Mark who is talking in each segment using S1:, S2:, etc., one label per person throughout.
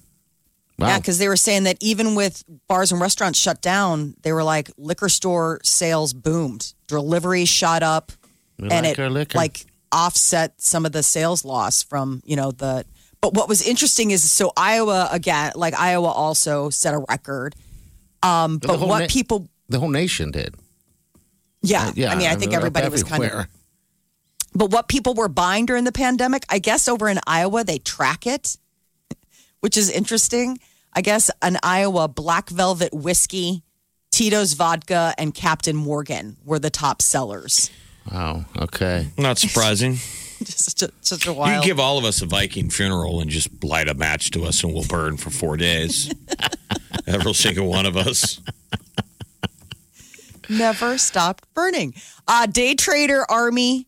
S1: Wow.
S2: Yeah, because they were saying that even with bars and restaurants shut down, they were like liquor store sales boomed, delivery shot up,
S1: We
S2: and
S1: like
S2: it
S1: our liquor.
S2: like offset some of the sales loss from you know the. But what was interesting is so Iowa again, like Iowa also set a record. Um,
S1: The
S2: but
S1: whole
S2: what
S1: na-
S2: people,
S1: the whole nation did.
S2: yeah,
S1: uh, Yeah,
S2: I mean, I think
S1: up
S2: everybody was kind of
S1: everywhere.
S2: but what people were buying during the pandemic, I guess over in Iowa, they track it, which is interesting. I guess in Iowa, Black Velvet Whiskey, Tito's Vodka, and Captain Morgan were the top sellers.
S1: Wow. Okay.
S3: Not surprising.
S2: Just such a, such a
S3: You
S2: wild.
S3: could give all of us a Viking funeral and just light a match to us and we'll burn for four days. Every single one of us.
S2: never stopped burning. Uh, day trader army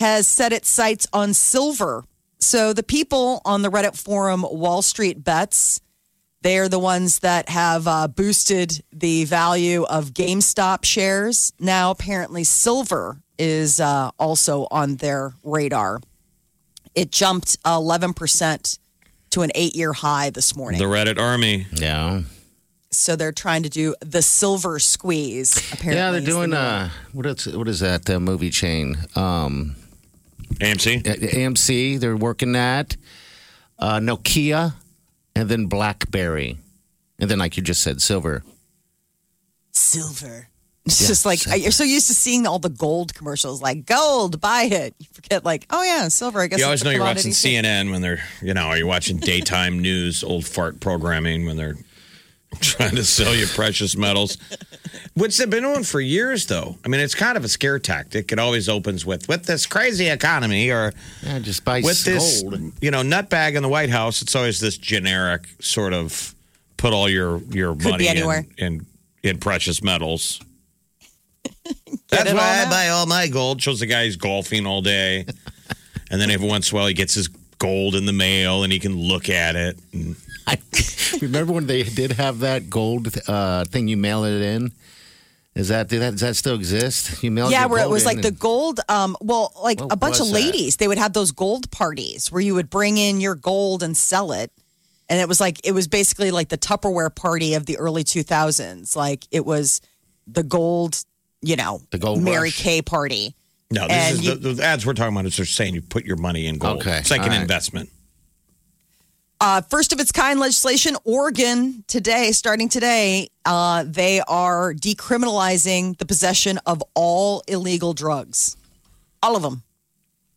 S2: has set its sights on silver. So the people on the Reddit forum Wall Street Bets, they are the ones that have uh, boosted the value of GameStop shares. Now apparently silver is uh, also on their radar. It jumped 11% to an eight year high this morning.
S3: The Reddit army.
S1: Yeah.
S2: so they're trying to do the silver squeeze, apparently.
S1: Yeah, they're
S2: is the
S1: doing
S2: new-
S1: uh, what is what is that uh, movie chain? Um,
S3: AMC?
S1: uh, AMC. They're working that. Uh, Nokia, and then BlackBerry, and then like you just said, silver.
S2: silver. It's just like you're so used to seeing all the gold commercials, like gold, buy it. You forget, like, oh yeah, silver. I guess
S3: You always
S2: it's a
S3: know you're
S2: commodity
S3: watching
S2: too.
S3: CNN when they're, you know, or you're watching daytime news, old fart programming when they're trying to sell you precious metals, which they've been doing for years, though. I mean, it's kind of a scare tactic. It always opens with, with this crazy economy or
S1: Yeah, just buy
S3: with this,
S1: gold.
S3: you know, nutbag in the White House. It's always this generic sort of put all your, your
S2: Could
S3: money
S2: be
S3: in-
S2: anywhere.
S3: in, in precious metals.
S2: Get
S3: That's
S2: it
S3: why I
S2: all out.
S3: buy all my gold. Shows the guy he's golfing all day, and then every once in a while he gets his gold in the mail and he can look at it. And
S1: I remember when they did have that gold uh, thing you mail it in. Is that, did that does that still exist? You mail
S2: Yeah,
S1: your
S2: where it
S1: gold
S2: was
S1: in
S2: like the
S1: and-
S2: gold. Um, well, like
S1: What
S2: a bunch of
S1: was that?
S2: ladies, they would have those gold parties where you would bring in your gold and sell it, and it was like it was basically like the Tupperware party of the early 2000s. Like it was the gold, you know,
S1: The gold
S2: Mary
S1: rush.
S2: Kay party.
S3: no, this
S2: And
S3: is
S2: you-
S3: the, the ads we're talking about. Is they're saying you put your money in gold.
S1: Okay,
S3: It's like
S1: all
S3: an
S1: right.
S3: investment.
S2: Uh, first of its kind legislation, Oregon today, starting today, uh, they are decriminalizing the possession of all illegal drugs, all of them.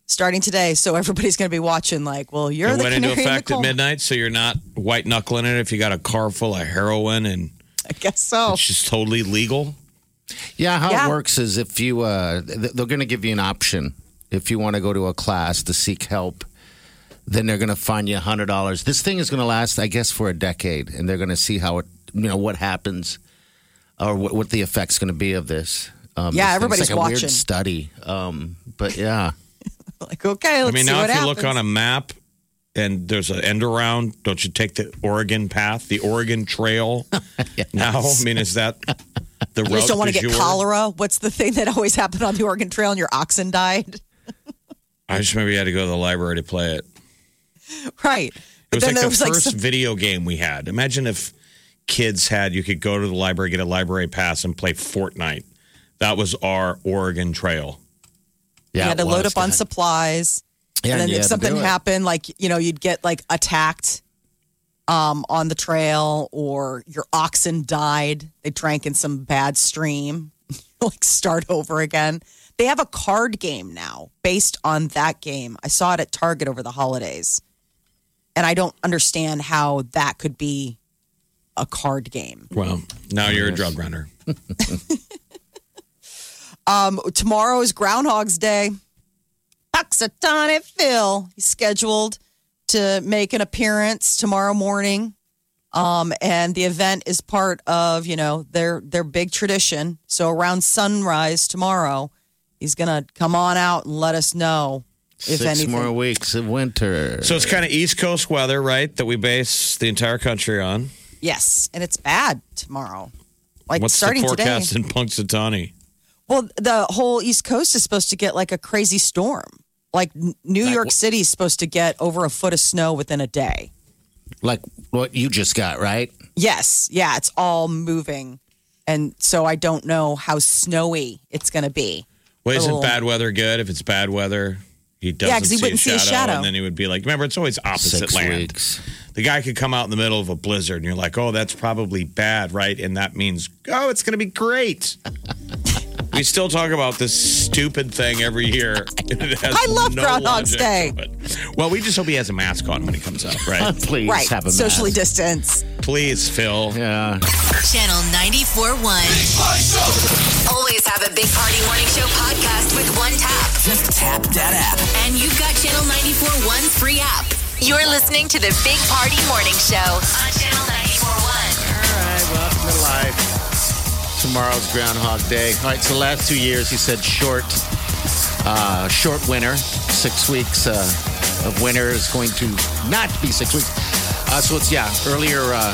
S2: starting today. So everybody's going to be watching, like, well, you're
S3: it
S2: the
S3: went
S2: canary
S3: into
S2: in the
S3: effect
S2: coal
S3: at
S2: mine.
S3: midnight, so you're not white knuckling it if you got a car full of heroin and
S2: I guess so.
S3: it's just totally legal.
S1: Yeah, how
S2: Yeah.
S1: it works is if you, uh, th- they're going to give you an option. If you want to go to a class to seek help, then they're going to fine you $100. This thing is going to last, I guess, for a decade, and they're going to see how it, you know, what happens or what, what the effect's going to be of this. Um, this
S2: Yeah,
S1: thing's
S2: everybody's
S1: like a
S2: watching.
S1: weird study. Um, but yeah.
S2: Like, okay, let's
S3: I mean,
S2: see
S3: now
S2: what
S3: if you
S2: happens.
S3: look on a map and there's an end around, don't you take the Oregon path, the Oregon Trail? Now, I mean, is that the road?
S2: you just don't want to get
S3: du jour?
S2: cholera. What's the thing that always happened on the Oregon Trail and your oxen died?
S3: I just remember you had to go to the library to play it.
S2: right.
S3: It
S2: But
S3: was
S2: then
S3: like
S2: there
S3: the
S2: was like
S3: first
S2: some,
S3: video game we had. Imagine if kids had you could go to the library, get a library pass, and play Fortnite. That was our Oregon Trail.
S2: you
S1: Yeah,
S2: had to
S1: it
S2: load
S1: was.
S2: up on supplies.
S1: Yeah,
S2: and then
S1: you
S2: if
S1: had to do
S2: something
S1: it.
S2: happened, like you know, you'd get like attacked um, on the trail, or your oxen died. They drank in some bad stream. like start over again. They have a card game now based on that game. I saw it at Target over the holidays, and I don't understand how that could be a card game.
S3: Well, now you're a drug runner.
S2: Um, tomorrow is Groundhog's Day. Puxatonic Phil he's scheduled to make an appearance tomorrow morning, um, and the event is part of you know their their big tradition. So around sunrise tomorrow, he's gonna come on out and let us know if
S1: Six
S2: anything.
S1: more weeks of winter.
S3: So it's kind of East Coast weather, right? That we base the entire country on.
S2: yes, and it's bad tomorrow. Like
S3: What's
S2: starting
S3: the
S2: today.
S3: forecast in Punxsutawney?
S2: Well, the whole East Coast is supposed to get like a crazy storm. Like N- New York City is supposed to get over a foot of snow within a day.
S1: like what you just got, right?
S2: Yes. Yeah. It's all moving. And so I don't know how snowy it's going to be.
S3: Well, isn't
S2: Little-
S3: bad weather good? If it's bad weather, he doesn't
S2: 'cause
S3: see, a
S2: he wouldn't see
S3: shadow,
S2: a shadow.
S3: and then he would be like, "Remember, it's always opposite
S1: Six
S3: land."
S1: weeks.
S3: The guy could come out in the middle of a blizzard, and you're like, "Oh, that's probably bad, right?" And that means, "Oh, it's going to be great." we still talk about this stupid thing every year.
S2: I love Groundhog's Day.
S3: Well, we just hope he has a mask on when he comes out, right?
S1: Please
S2: Right.
S1: have a
S2: Socially
S1: mask.
S2: distance.
S3: Please, Phil.
S1: Yeah.
S4: Channel 94.1. Always have a Big Party Morning Show podcast with one tap. Just tap that app. And you've got Channel 94.1's free app. You're listening to the Big Party Morning Show on Channel 94.1.
S1: All right, welcome to life. Tomorrow's Groundhog Day. All right, so the last two years he said short, uh, short winter. Six weeks uh, of winter is going to not be six weeks. Uh, so it's yeah, earlier, uh,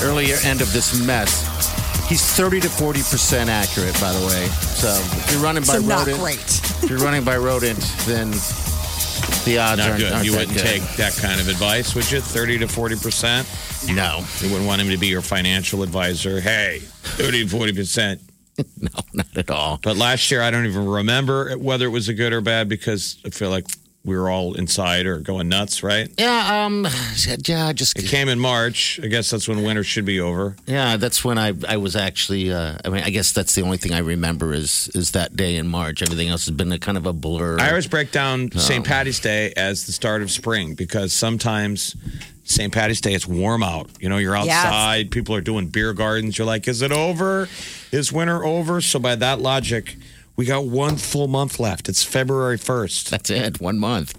S1: earlier end of this mess. He's thirty to forty percent accurate, by the way. So if you're running by
S2: So not
S1: rodent,
S2: great.
S1: if you're running by rodent, then the odds
S3: Not
S1: aren't,
S3: good.
S1: aren't
S3: You
S1: that
S3: wouldn't
S1: good.
S3: take that kind of advice, would you? 30 to 40%?
S1: no,
S3: You wouldn't want him to be your financial advisor. Hey, 30 to 40%.
S1: no, not at all.
S3: But last year, I don't even remember whether it was a good or bad because I feel like we were all inside or going nuts, right?
S1: Yeah, um, yeah, I just
S3: It came in March. I guess that's when winter should be over.
S1: Yeah, that's when I I was actually. Uh, I mean, I guess that's the only thing I remember is is that day in March. Everything else has been a kind of a blur.
S3: I always break down St. Patty's Day as the start of spring because sometimes St. Patty's Day it's warm out. You know, you're
S2: Yes.
S3: outside, people are doing beer gardens. You're like, is it over? Is winter over? So by that logic, we got one full month left. It's February 1st.
S1: that's it. One month.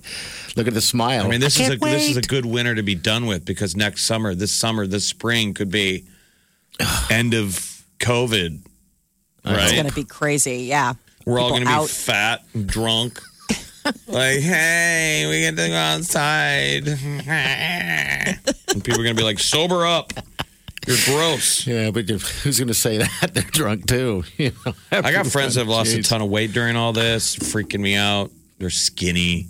S1: Look at the smile.
S3: I mean, this is a
S1: can't
S3: this is a
S1: wait.
S3: good winter to be done with because next summer, this summer, this spring could be end of COVID.
S2: It's
S3: Right,
S2: going to be crazy. Yeah.
S3: we're all going
S2: people
S3: to be
S2: out.
S3: fat, and drunk. like, hey, we get to go outside. and people are going to be like, sober up. You're gross.
S1: Yeah, but who's going to say that? They're drunk too. You know,
S3: I got friends that have lost a
S1: Jeez.
S3: ton of weight during all this, freaking me out. They're skinny.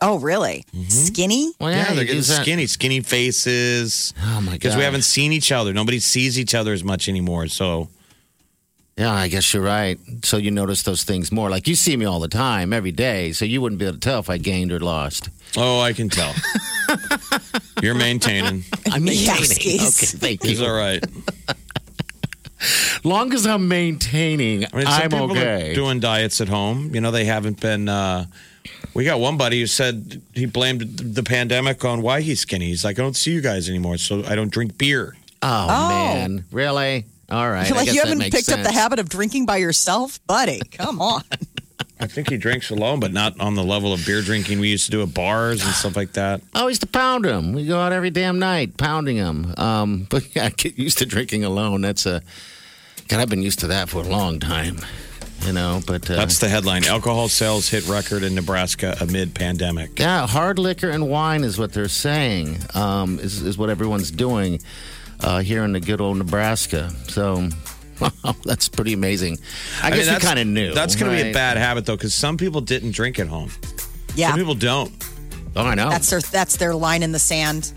S2: Oh, really?
S1: Mm-hmm.
S2: Skinny?
S1: Well,
S3: Yeah,
S1: yeah,
S3: they're
S1: you
S3: getting
S1: use that-
S3: skinny, skinny faces.
S1: Oh my god!
S3: Because we haven't seen each other. Nobody sees each other as much anymore. So
S1: Yeah, I guess you're right. So you notice those things more. Like you see me all the time, every day. So you wouldn't be able to tell if I gained or lost.
S3: Oh, I can tell. You're maintaining.
S1: I'm maintaining. Okay,
S2: Yowskies.
S1: thank
S3: It's
S1: you.
S3: all right.
S1: Long as I'm maintaining, I
S3: some
S1: am
S3: people
S1: okay.
S3: are doing diets at home. You know, they haven't been uh, We got one buddy who said he blamed the pandemic on why he's skinny. He's like, I don't see you guys anymore, so I don't drink beer.
S1: Oh, man, really? All right. I
S2: like
S1: guess
S2: you
S1: that
S2: haven't
S1: makes
S2: picked up the
S1: sense.
S2: habit of drinking by yourself, buddy. Come on.
S3: I think he drinks alone, but not on the level of beer drinking we used to do at bars and stuff like that.
S1: Oh, he's to pound him. We go out every damn night pounding him. Um, but yeah, I get used to drinking alone. That's a God. I've been used to that for a long time. You know, but uh,
S3: That's the headline. Alcohol sales hit record in Nebraska amid pandemic.
S1: yeah, hard liquor and wine is what they're saying. Um, is is what everyone's doing uh, here in the good old Nebraska. So. Wow, that's pretty amazing. I, guess we
S3: that's-
S1: kind of knew.
S3: That's going to be a
S1: right?
S3: bad habit, though, because some people didn't drink at home.
S2: Yeah.
S3: Some people don't.
S1: Oh, I know.
S2: that's their that's their line in the sand.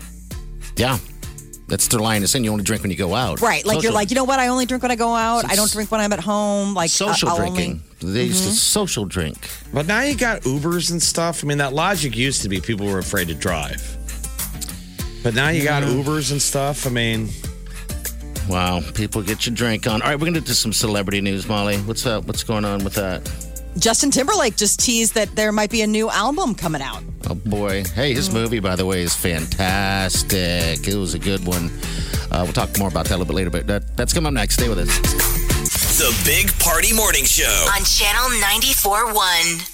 S1: yeah, that's their line. It's in you only drink when you go out.
S2: Right. Like you're
S1: Social-
S2: like, you know what? I only drink when I go out. I don't drink when I'm at home. Like I-
S1: social
S2: I'll uh, only- Mm-hmm.
S1: drinking. They used to social drink.
S3: But now you got Ubers and stuff. I mean, that logic used to be people were afraid to drive. But now you got Ubers and stuff. I mean,
S1: Wow, people get your drink on. All right, we're gonna do some celebrity news, Molly. What's up? What's going on with that?
S2: Justin Timberlake just teased that there might be a new album coming out.
S1: Oh boy, hey, his movie by the way is fantastic. It was a good one. Uh, we'll talk more about that a little bit later, but that, that's coming up next. Stay with us.
S5: The Big Party Morning Show.
S4: on Channel 94.1.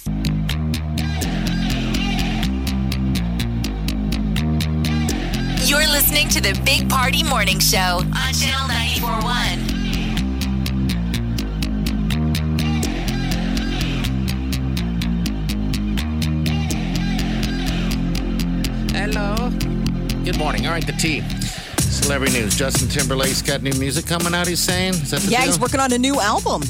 S4: You're listening to the Big Party Morning Show on Channel 94.1.
S1: Hello. Good morning. All right, the tea. Celebrity news. Justin Timberlake's got new music coming out. He's saying, is that the
S2: Yeah,
S1: deal?
S2: he's working on a new album.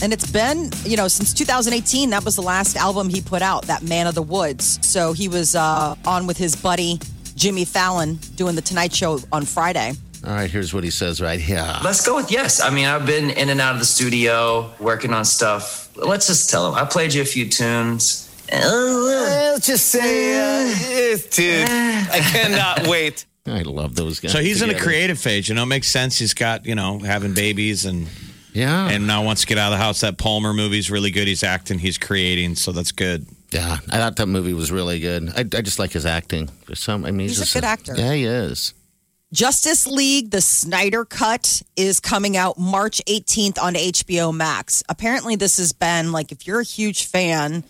S2: And it's been, you know, since 2018, that was the last album he put out, that Man of the Woods. So he was uh, on with his buddy Jimmy Fallon doing the Tonight Show on Friday.
S1: All right, here's what he says right here.
S6: Let's go with yes. I mean, I've been in and out of the studio working on stuff. Let's just tell him. I played you a few tunes.
S7: I'll just say, uh, yes, dude, I cannot wait.
S1: I love those guys.
S3: so he's in a
S1: together.
S3: creative phase. You know, it makes sense. He's got, you know, having babies and.
S1: Yeah.
S3: And now wants to get out of the house. That Palmer movie's really good. He's acting, he's creating, so that's good.
S1: Yeah, I thought that movie was really good. I, I just like his acting. There's some, I mean, he's,
S2: He's a
S1: just
S2: good actor.
S1: Yeah, he is.
S2: Justice League, the Snyder Cut, is coming out March 18th on HBO Max. Apparently, this has been like, if you're a huge fan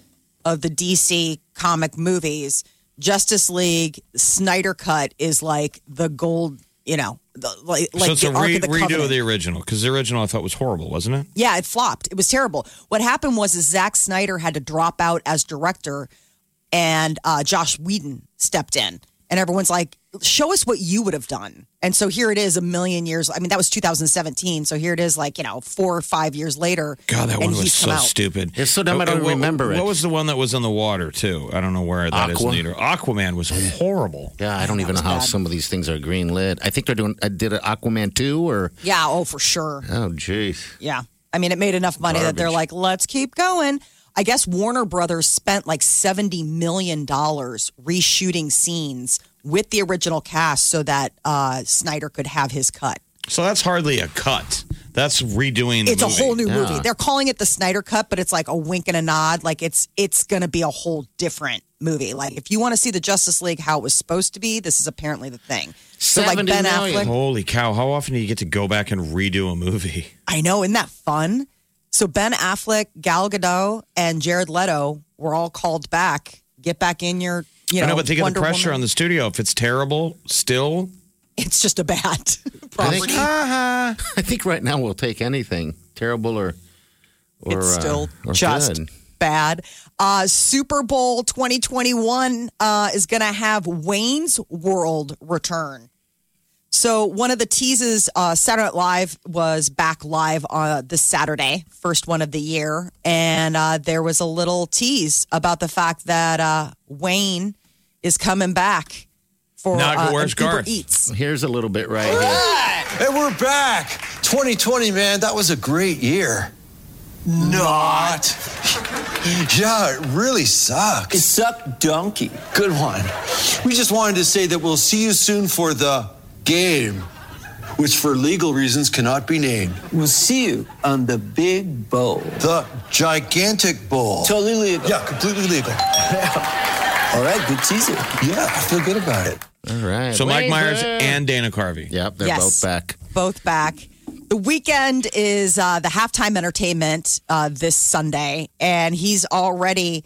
S2: of the DC comic movies, Justice League Snyder Cut is like the gold, you know, the, like, like
S3: so it's
S2: the
S3: a
S2: Ark
S3: re-
S2: of the
S3: redo
S2: Covenant.
S3: of the original because the original I thought was horrible, wasn't it?
S2: Yeah, it flopped. It was terrible. What happened was is Zack Snyder had to drop out as director, and uh, Josh Whedon stepped in, and everyone's like, "Show us what you would have done." And so here it is, a million years. I mean, that was 2017. So here it is, like you know, four or five years later.
S3: God, that
S2: and
S3: one was
S2: he's
S3: so
S2: come out.
S3: stupid.
S1: It's so dumb I don't
S3: Uh, what-
S1: remember it.
S3: What was the one that was in the water too? I don't know where that is
S1: Aqua?
S3: later. Aquaman was horrible.
S1: Yeah, I don't even know how some of these things are green lit. I think they're doing, I did an Aquaman 2 or,
S2: Yeah. Oh, for sure.
S1: oh, jeez.
S2: Yeah. I mean, it made enough money that they're like, let's keep going. I guess Warner Brothers spent like $70 million reshooting scenes with the original cast so that uh, Snyder could have his cut.
S3: So that's hardly a cut. That's redoing. The
S2: It's a
S3: movie.
S2: whole new
S1: Yeah.
S2: movie. They're calling it the Snyder Cut, but it's like a wink and a nod. Like it's it's going to be a whole different movie. Like if you want to see the Justice League how it was supposed to be, this is apparently the thing. So like
S1: 70
S2: Ben
S1: million.
S2: Affleck,
S3: Holy cow! How often do you get to go back and redo a movie?
S2: I know, isn't that fun? So Ben Affleck, Gal Gadot, and Jared Leto were all called back. Get back in your, you
S3: I
S2: know,
S3: know, but think of the
S2: Wonder
S3: pressure on
S2: Woman.
S3: the studio. If it's terrible, still
S2: It's just a bad
S1: I think,
S2: property. Uh-huh.
S1: I think right now we'll take anything, terrible or, or
S2: it's
S1: uh,
S2: still
S1: or
S2: just
S1: good.
S2: bad. Uh, Super Bowl 2021 uh, is going to have Wayne's World return. So one of the teases, uh, Saturday Night Live was back live uh, this Saturday, first one of the year, and uh, there was a little tease about the fact that uh, Wayne is coming back for
S3: Now,
S2: uh,
S3: where's
S2: an Uber
S3: Garth?
S2: Eats.
S1: Here's a little bit right here.
S7: And we're back. 2020, man, that was a great year. Not. Yeah, it really sucks. It sucked donkey. Good one. We just wanted to say that we'll see you soon for the game. which for legal reasons cannot be named.
S8: We'll see you on the big bowl.
S7: The gigantic bowl.
S8: Totally legal.
S7: yeah, completely legal.
S8: All right, good teaser.
S7: Yeah, I feel good about it.
S1: All right.
S3: So Mike
S1: Wait
S3: Myers
S1: there.
S3: and Dana Carvey.
S1: Yep, they're
S2: Yes.
S1: both back.
S2: both back. The weekend is uh, the halftime entertainment uh, this Sunday, and he's already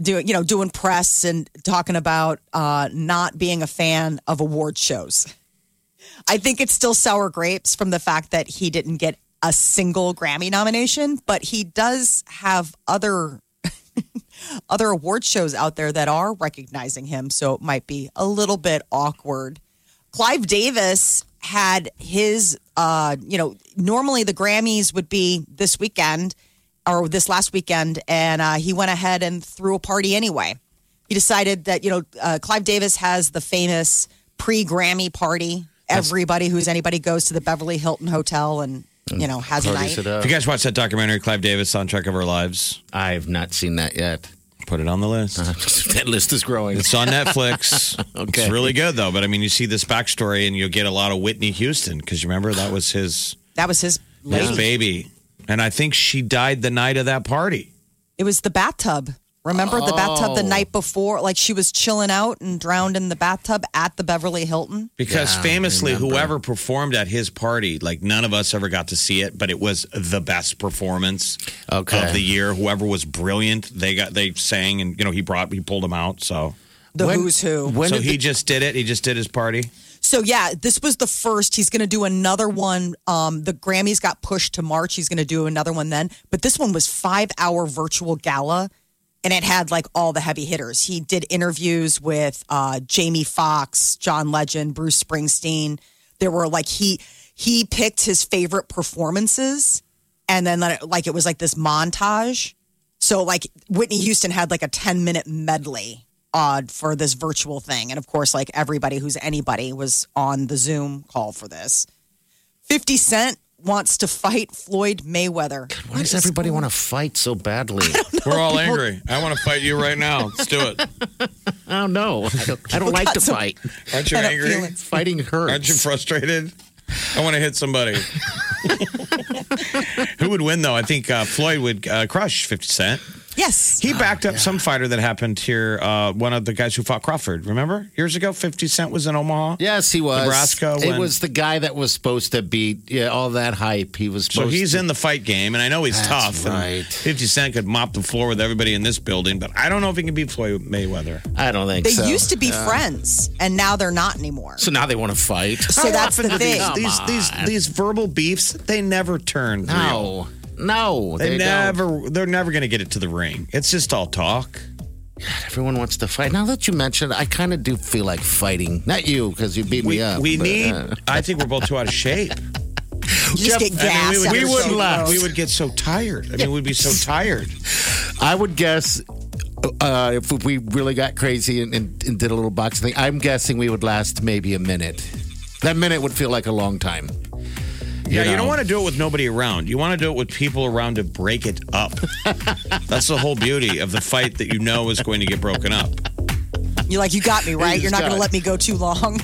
S2: doing, you know, doing press and talking about uh, not being a fan of award shows. I think it's still sour grapes from the fact that he didn't get a single Grammy nomination, but he does have other other award shows out there that are recognizing him, so it might be a little bit awkward. Clive Davis had his, uh, you know, normally the Grammys would be this weekend or this last weekend, and uh, he went ahead and threw a party anyway. He decided that, you know, uh, Clive Davis has the famous pre Grammy party. Everybody who's anybody goes to the Beverly Hilton Hotel and, you know, has a
S1: Parties
S2: night.
S1: it up.
S3: If you guys watch that documentary, Clive Davis, Soundtrack of Our Lives,
S1: I've not seen that yet.
S3: put it on the list.
S1: that list is growing.
S3: It's on Netflix.
S1: Uh-huh. Okay.
S3: It's really good, though. But I mean, you see this backstory and you'll get a lot of Whitney Houston because you remember that was his,
S2: That was his lady.
S3: his baby. And I think she died the night of that party.
S2: It was the bathtub. Remember the bathtub the night before? Like she was chilling out and drowned in the bathtub at the Beverly Hilton.
S3: Because
S1: Yeah, I
S3: famously,
S1: remember.
S3: whoever performed at his party, like none of us ever got to see it, but it was the best performance
S1: Okay.
S3: of the year. Whoever was brilliant, they got they sang, and you know he brought he pulled them out. So
S2: The
S1: When-
S2: who's who.
S1: When
S3: so
S1: did
S3: he
S1: the-
S3: just did it. He just did his party.
S2: So yeah, this was the first. He's going to do another one. Um, the Grammys got pushed to March. He's going to do another one then. But this one was five hour virtual gala, and it had like all the heavy hitters. He did interviews with uh, Jamie Foxx, John Legend, Bruce Springsteen. There were like he he picked his favorite performances, and then like, like it was like this montage. So like Whitney Houston had like a 10 minute medley uh, for this virtual thing. And of course, like everybody who's anybody was on the Zoom call for this. 50 Cent wants to fight Floyd Mayweather.
S1: why does everybody want to fight so badly?
S3: We're all angry. I want to fight you right now. Let's do it.
S1: I don't know. I don't, I don't like to fight.
S3: Aren't you
S2: I don't
S3: angry?
S2: feel it.
S1: Fighting hurts.
S3: Aren't you frustrated? I want to hit somebody. Who would win though? I think uh, Floyd would uh, crush Fifty Cent.
S2: Yes.
S3: He
S1: Ah,
S3: backed up some fighter that happened here. Uh, one of the guys who fought Crawford. Remember years ago, Fifty Cent was in Omaha.
S1: Yes, he was.
S3: Nebraska
S1: It
S3: when-
S1: was the guy that was supposed to beat yeah, all that hype. He was
S3: So
S1: supposed
S3: he's
S1: to,
S3: in the fight game, and I know he's
S1: That's
S3: tough. and
S1: right.
S3: 50 Cent could mop the floor with everybody in this building, but I don't know if he can beat Floyd Mayweather.
S1: I don't think
S2: They
S1: so.
S2: used to be friends, and now they're not anymore.
S1: So now they want to fight.
S2: So that's the thing.
S3: These, these, these verbal beefs, they never turn.
S1: No.
S3: real.
S1: No.
S3: They,
S1: don't.
S3: never, they're never going to get it to the ring. It's just all talk.
S1: Everyone wants to fight. Now that you mentioned it, I kind of do feel like fighting. Not you, because you beat
S3: We,
S1: me up.
S3: we
S1: but,
S3: need,
S1: uh,
S3: I think we're both too out of shape.
S2: You just get gassed.
S3: I mean, we
S2: after
S3: would, we would
S2: so
S3: laugh.
S2: long.
S3: We would get so tired. I mean, we'd be so tired.
S1: I would guess uh, if we really got crazy and, and, and did a little boxing thing, I'm guessing we would last maybe a minute. That minute would feel like a long time.
S3: Yeah, you don't
S1: know.
S3: want to do it with nobody around. You want to do it with people around to break it up. That's the whole beauty of the fight that you know is going to get broken up.
S2: You're like, you got me, right?
S1: You
S2: You're
S1: just
S2: not going to
S1: got
S2: let me go too long.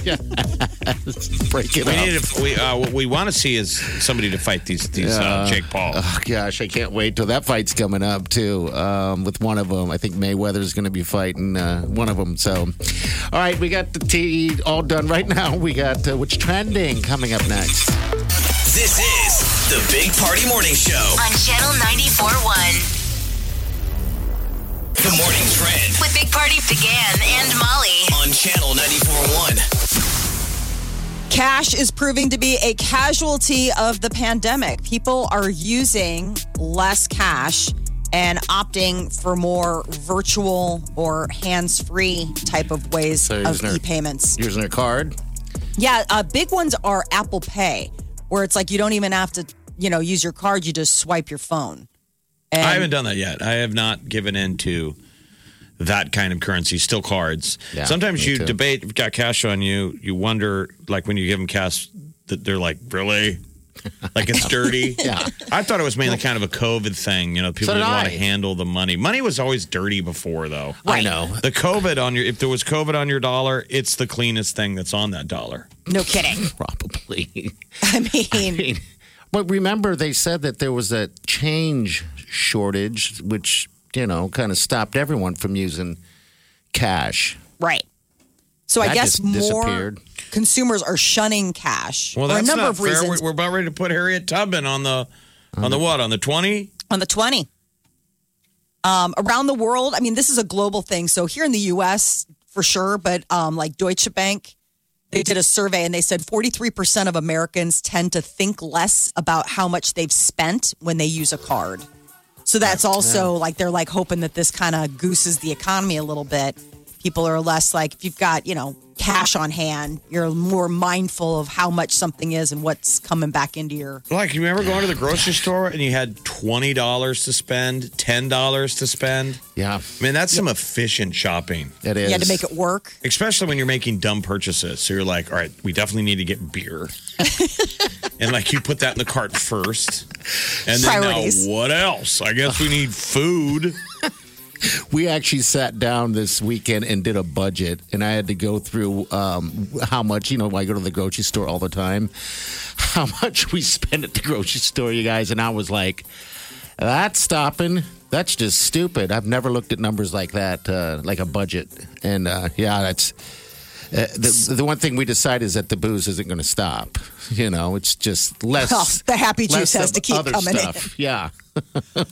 S1: Break it
S3: We
S1: up.
S3: need to, we, uh, what we want to see is somebody to fight these these uh, Jake Paul.
S1: Oh, gosh, I can't wait till that fight's coming up too. Um, with one of them, I think Mayweather's going to be fighting uh, one of them. So, all right, we got the tea all done right now. We got uh, what's trending coming up next.
S5: This is the Big Party Morning Show.
S4: On Channel 94.1
S5: The morning trend
S4: with Big Party began and Molly.
S5: on channel 94.1.
S2: Cash is proving to be a casualty of the pandemic. People are using less cash and opting for more virtual or hands free type of ways
S1: So
S2: of
S1: using their-
S2: e payments.
S1: Using their card.
S2: Yeah, uh, big ones are Apple Pay, where it's like you don't even have to, you know, use your card, you just swipe your phone. And
S3: I haven't done that yet. I have not given in to that kind of currency. Still cards.
S1: Yeah,
S3: Sometimes
S1: me
S3: you
S1: too.
S3: debate got cash on you. You wonder, like when you give them cash, that they're like, really? Like it's dirty.
S1: Yeah.
S3: I thought it was mainly kind of a COVID thing. You know, people
S1: So did
S3: didn't want
S1: I.
S3: to handle the money. Money was always dirty before, though.
S1: I know.
S3: The COVID on your, if there was COVID on your dollar, it's the cleanest thing that's on that dollar.
S2: No kidding.
S1: Probably.
S2: I mean,
S1: But remember, they said that there was a change shortage, which, you know, kind of stopped everyone from using cash.
S2: right. So I
S1: That
S2: guess
S1: just
S2: more
S1: disappeared.
S2: consumers are shunning cash
S3: Well,
S2: for a
S3: that's
S2: number
S3: not
S2: of
S3: fair.
S2: reasons.
S3: We're, we're about ready to put Harriet Tubman on the, on the what? On the 20?
S2: on the 20 um, around the world i mean this is a global thing so here in the us for sure but um, like deutsche bank they did a survey and they said 43% of americans tend to think less about how much they've spent when they use a card so that's also like they're like hoping that this kind of gooses the economy a little bit people are less like if you've got you know cash on hand you're more mindful of how much something is and what's coming back into your
S3: Like, you remember going to the grocery store and you had $20 to spend, $10 to spend?
S1: Yeah,
S3: I mean, that's some efficient shopping.
S1: it is.
S2: you had to make it work
S3: especially when you're making dumb purchases. So you're like, all right, we definitely need to get beer. and like you put that in the cart first. And then
S2: Priorities.
S3: now what else? I guess we need food.
S1: We actually sat down this weekend and did a budget, and I had to go through um, how much, you know, I go to the grocery store all the time, how much we spend at the grocery store, you guys. And I was like, that's stopping. That's just stupid. I've never looked at numbers like that, uh, like a budget. And uh, yeah, that's. Uh, the, the one thing we decide is that the booze isn't going to stop. You know, it's just less.
S2: Oh, the happy
S1: less
S2: juice has
S1: of
S2: to keep
S1: other
S2: coming in.
S1: stuff. Yeah.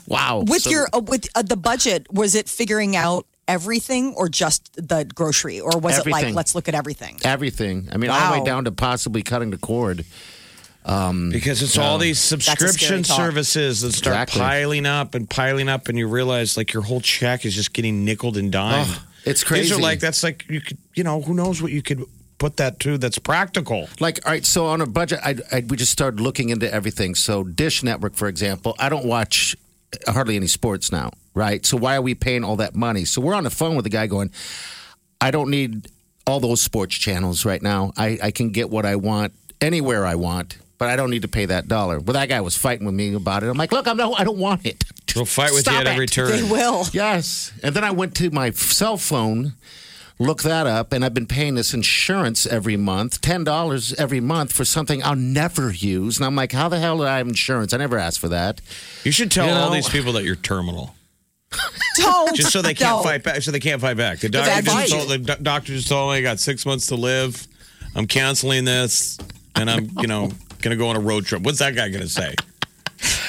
S1: wow.
S2: with
S1: So-
S2: your uh, with uh, the budget was it figuring out everything or just the grocery or was it like
S1: Everything.
S2: let's look at everything
S1: everything. I mean, all the way
S2: Wow.
S1: down to possibly cutting the cord.
S3: Because it's all these
S2: a scary
S3: subscription
S2: thought.
S3: services that start
S1: Exactly.
S3: piling up and piling up, and you realize like your whole check is just getting nickled and dimed.
S1: Oh, it's
S3: These
S1: crazy.
S3: are like that's like you could you know who knows what you could put that to that's practical.
S1: Like, all right, so on a budget, I, I, we just started looking into everything. So, Dish Network, for example, I don't watch hardly any sports now, right? So, why are we paying all that money? So, we're on the phone with the guy going, I don't need all those sports channels right now. I, I can get what I want anywhere I want, but I don't need to pay that dollar. Well, that guy was fighting with me about it. I'm like, look, I'm no, I don't want it.
S3: We'll fight with you
S1: Stop
S3: at
S1: it.
S3: every turn.
S2: they will
S1: Yes. And then I went to my cell phone, looked that up, and I've been paying this insurance every month, $10 every month for something I'll never use. And I'm like, how the hell did I have insurance? I never asked for that.
S3: You should tell
S1: You
S3: all
S1: know-
S3: these people that you're terminal.
S2: don't
S3: just so they can't
S2: don't.
S3: fight back. So they can't fight back. The doctor
S2: Bad
S3: just
S2: fight.
S3: told, the do- doctor just told me I got six months to live. I'm canceling this, and I'm you know gonna go on a road trip. What's that guy gonna say?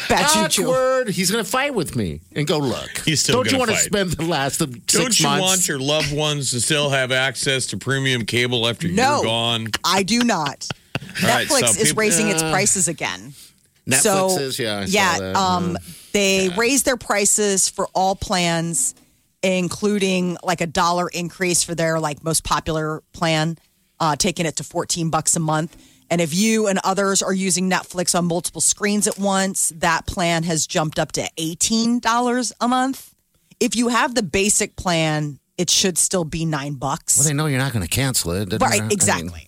S2: bat you chew.
S1: Awkward. He's going to fight with me and go, look.
S3: He's still
S1: Don't you
S3: gonna
S1: want to
S3: fight.
S1: spend the last of
S3: Don't
S1: six
S3: you
S1: months?
S3: want your loved ones to still have access to premium cable after
S2: No.
S3: you're gone?
S2: i do not
S3: right,
S2: netflix
S3: so
S2: is
S3: people- Uh.
S2: raising its prices again
S1: Netflix
S2: so
S1: is, yeah. I saw
S2: yeah
S1: that. Mm-hmm.
S2: um they raised their prices for all plans including like a dollar increase for their like most popular plan uh taking it to 14 bucks a month and if you and others are using netflix on multiple screens at once that plan has jumped up to $18 a month if you have the basic plan it should still be 9 bucks
S1: well, they know you're not going to cancel it. doesn't matter. I
S2: right
S1: mean,
S2: exactly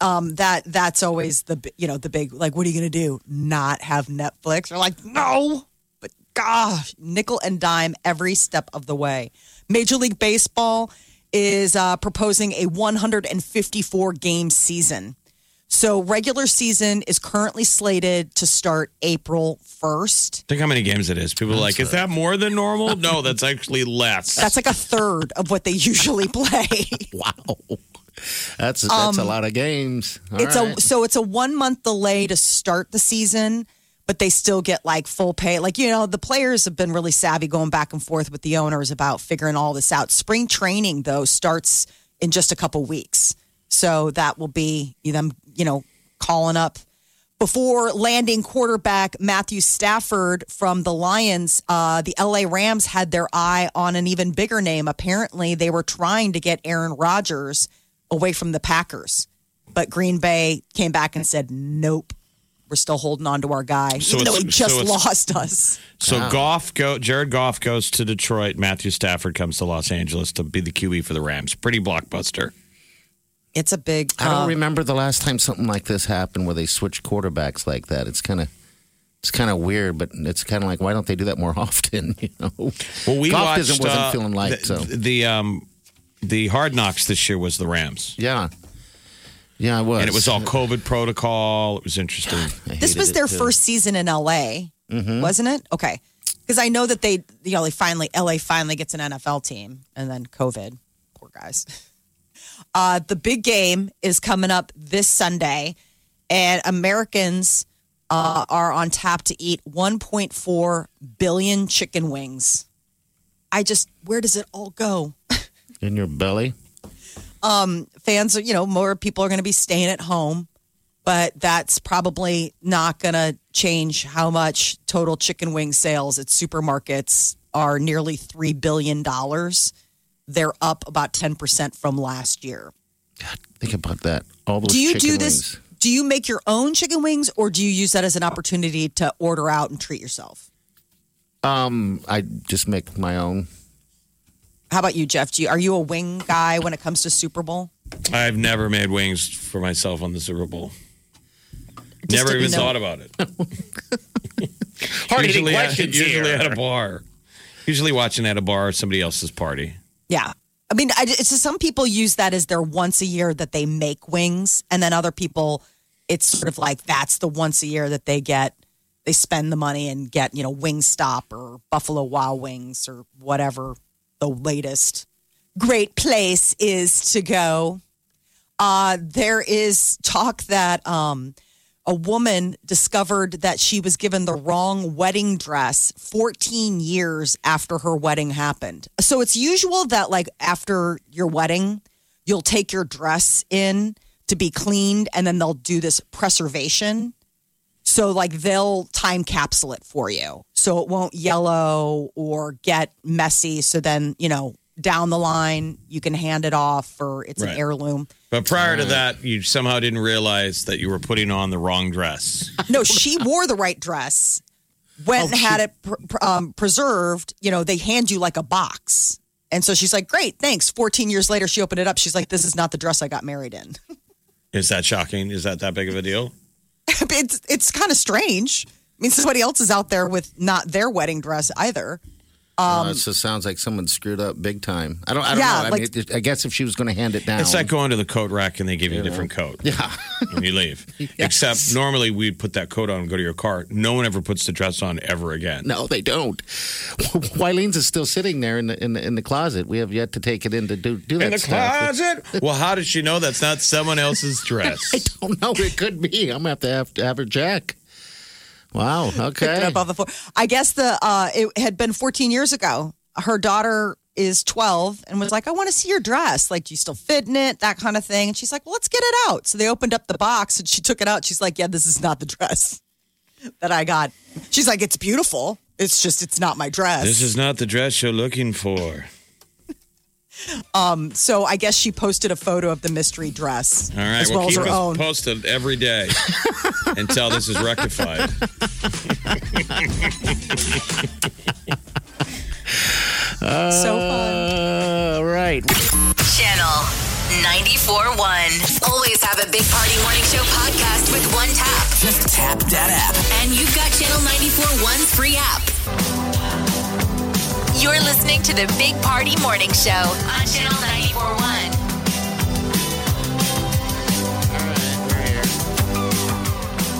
S2: um that that's always the bi- you know the big like what are you gonna do not have netflix or like no but gosh nickel and dime every step of the way major league baseball is uh, proposing a 154 game season so regular season is currently slated to start april 1st
S3: Think how many games it is. People are like, is that more than normal? No, that's actually less.
S2: that's like a third of what they usually play
S1: wow. That's, that's a lot of games. All
S2: Um, it's
S1: right.
S2: a so it's a one month delay to start the season but they still get like full pay like you know the players have been really savvy going back and forth with the owners about figuring all this out spring training though starts in just a couple weeks so that will be them you know calling up before landing quarterback Matthew Stafford from the Lions, uh, the LA Rams had their eye on an even bigger name. Apparently, they were trying to get Aaron Rodgers away from the Packers, but Green Bay came back and said, "Nope, we're still holding on to our guy,
S3: So
S2: even though
S3: it's-
S2: he just
S3: so it's-
S2: lost us."
S3: So Goff go Jared Goff goes to Detroit. Matthew Stafford comes to Los Angeles to be the QB for the Rams. Pretty blockbuster.
S2: It's a big.
S1: I don't
S2: um,
S1: remember the last time something like this happened where they switched quarterbacks like that. It's kind of it's kind of weird, but it's kind of like why don't they do that more often? You know,
S3: Well, we
S1: Goff
S3: watched,
S1: doesn't- wasn't
S3: uh,
S1: feeling like
S3: the,
S1: so.
S3: the um the hard knocks this year was the Rams,
S1: yeah, yeah, I was,
S3: and it was all COVID protocol. It was interesting.
S2: This was their first season in LA,
S3: Mm-hmm.
S2: wasn't it? Okay. Because I know that they, you know, they finally, LA finally gets an NFL team and then COVID. Poor guys. Uh, the big game is coming up this Sunday, and Americans uh, are on tap to eat 1.4 billion chicken wings. I just, where does it all go?
S1: in your belly.
S2: fans, you know, more people are going to be staying at home, but that's probably not going to change how much total chicken wing sales at supermarkets are nearly $3 billion. They're up about 10% from last year.
S1: Think about that. All those
S2: do you
S1: chicken
S2: do this?
S1: wings.
S2: Do you make your own chicken wings or do you use that as an opportunity to order out and treat yourself?
S1: Um, I just make my own.
S2: How about you, Jeff? Do you, are you a wing guy when it comes to Super Bowl?
S3: I've never made wings for myself on the Super Bowl.
S2: Just
S3: never
S2: didn't
S3: even
S2: know.
S3: thought about it.
S1: Hard
S3: usually, at, usually uh, at a bar. Usually watching at a bar or somebody else's party.
S2: Yeah. I mean, I, it's just some people use that as their once a year that they make wings, and then other people, it's sort of like that's the once a year that they get, they spend the money and get you know Wingstop or Buffalo Wild Wings or whatever the latest great place is to go. Uh, there is talk that um, a woman discovered that she was given the wrong wedding dress 14 years after her wedding happened. So it's usual that, like, after your wedding, you'll take your dress in to be cleaned and then they'll do this preservation. So, like, they'll time capsule it for you so it won't yellow or get messy. So then, you know, down the line, you can hand it off or it's
S3: Right.
S2: an heirloom.
S3: But prior to that, you somehow didn't realize that you were putting on the wrong dress.
S2: No, she wore the right dress. Went and had it pr- pr- um, preserved. You know, they hand you like a box, and so she's like, "Great, thanks." Fourteen years later, she opened it up. She's like, "This is not the dress I got married in."
S3: Is that shocking? Is that that big of a deal?
S2: it's it's kind of strange. I mean, somebody else is out there with not their wedding dress either.
S1: Uh, it just sounds like someone screwed up big time. I don't. I don't
S2: Um, Yeah,
S1: know. I,
S2: like-
S1: mean, it, I guess if she was going to hand it down,
S3: It's like going to the coat rack and they give you a different coat.
S1: yeah.
S3: when you leave. Except normally we'd put that coat on and go to your car. No one ever puts the dress on ever again.
S1: No, they don't. Wylene's is still sitting there in the in the, in the closet. We have yet to take it in to do do
S3: In
S1: that
S3: the
S1: stuff.
S3: closet? well, how does she know that's not someone else's dress?
S1: I don't know. It could be. I'm gonna have to have to have her jack. Wow.
S2: picked it
S1: Okay.
S2: up off the floor. I guess the uh, it had been 14 years ago. Her daughter is 12 and was like, "I want to see your dress. Like, do you still fit in it? That kind of thing." And she's like, "Well, let's get it out." So they opened up the box and she took it out. She's like, "Yeah, this is not the dress that I got." She's like, "It's beautiful. It's just it's not my dress."
S3: This is not the dress you're looking for.
S2: so I guess she posted a photo of the mystery dress
S3: All right,
S2: as well,
S3: well,
S2: as
S3: keep
S2: her
S3: us
S2: own.
S3: posted every day until this is rectified.
S2: so fun.
S1: All right.
S4: Channel 94.1. Always have a Big Party Morning Show podcast with one tap. Just tap that app. And you've got Channel 94.1's free app. You're listening to the Big Party Morning Show on Channel 94.1.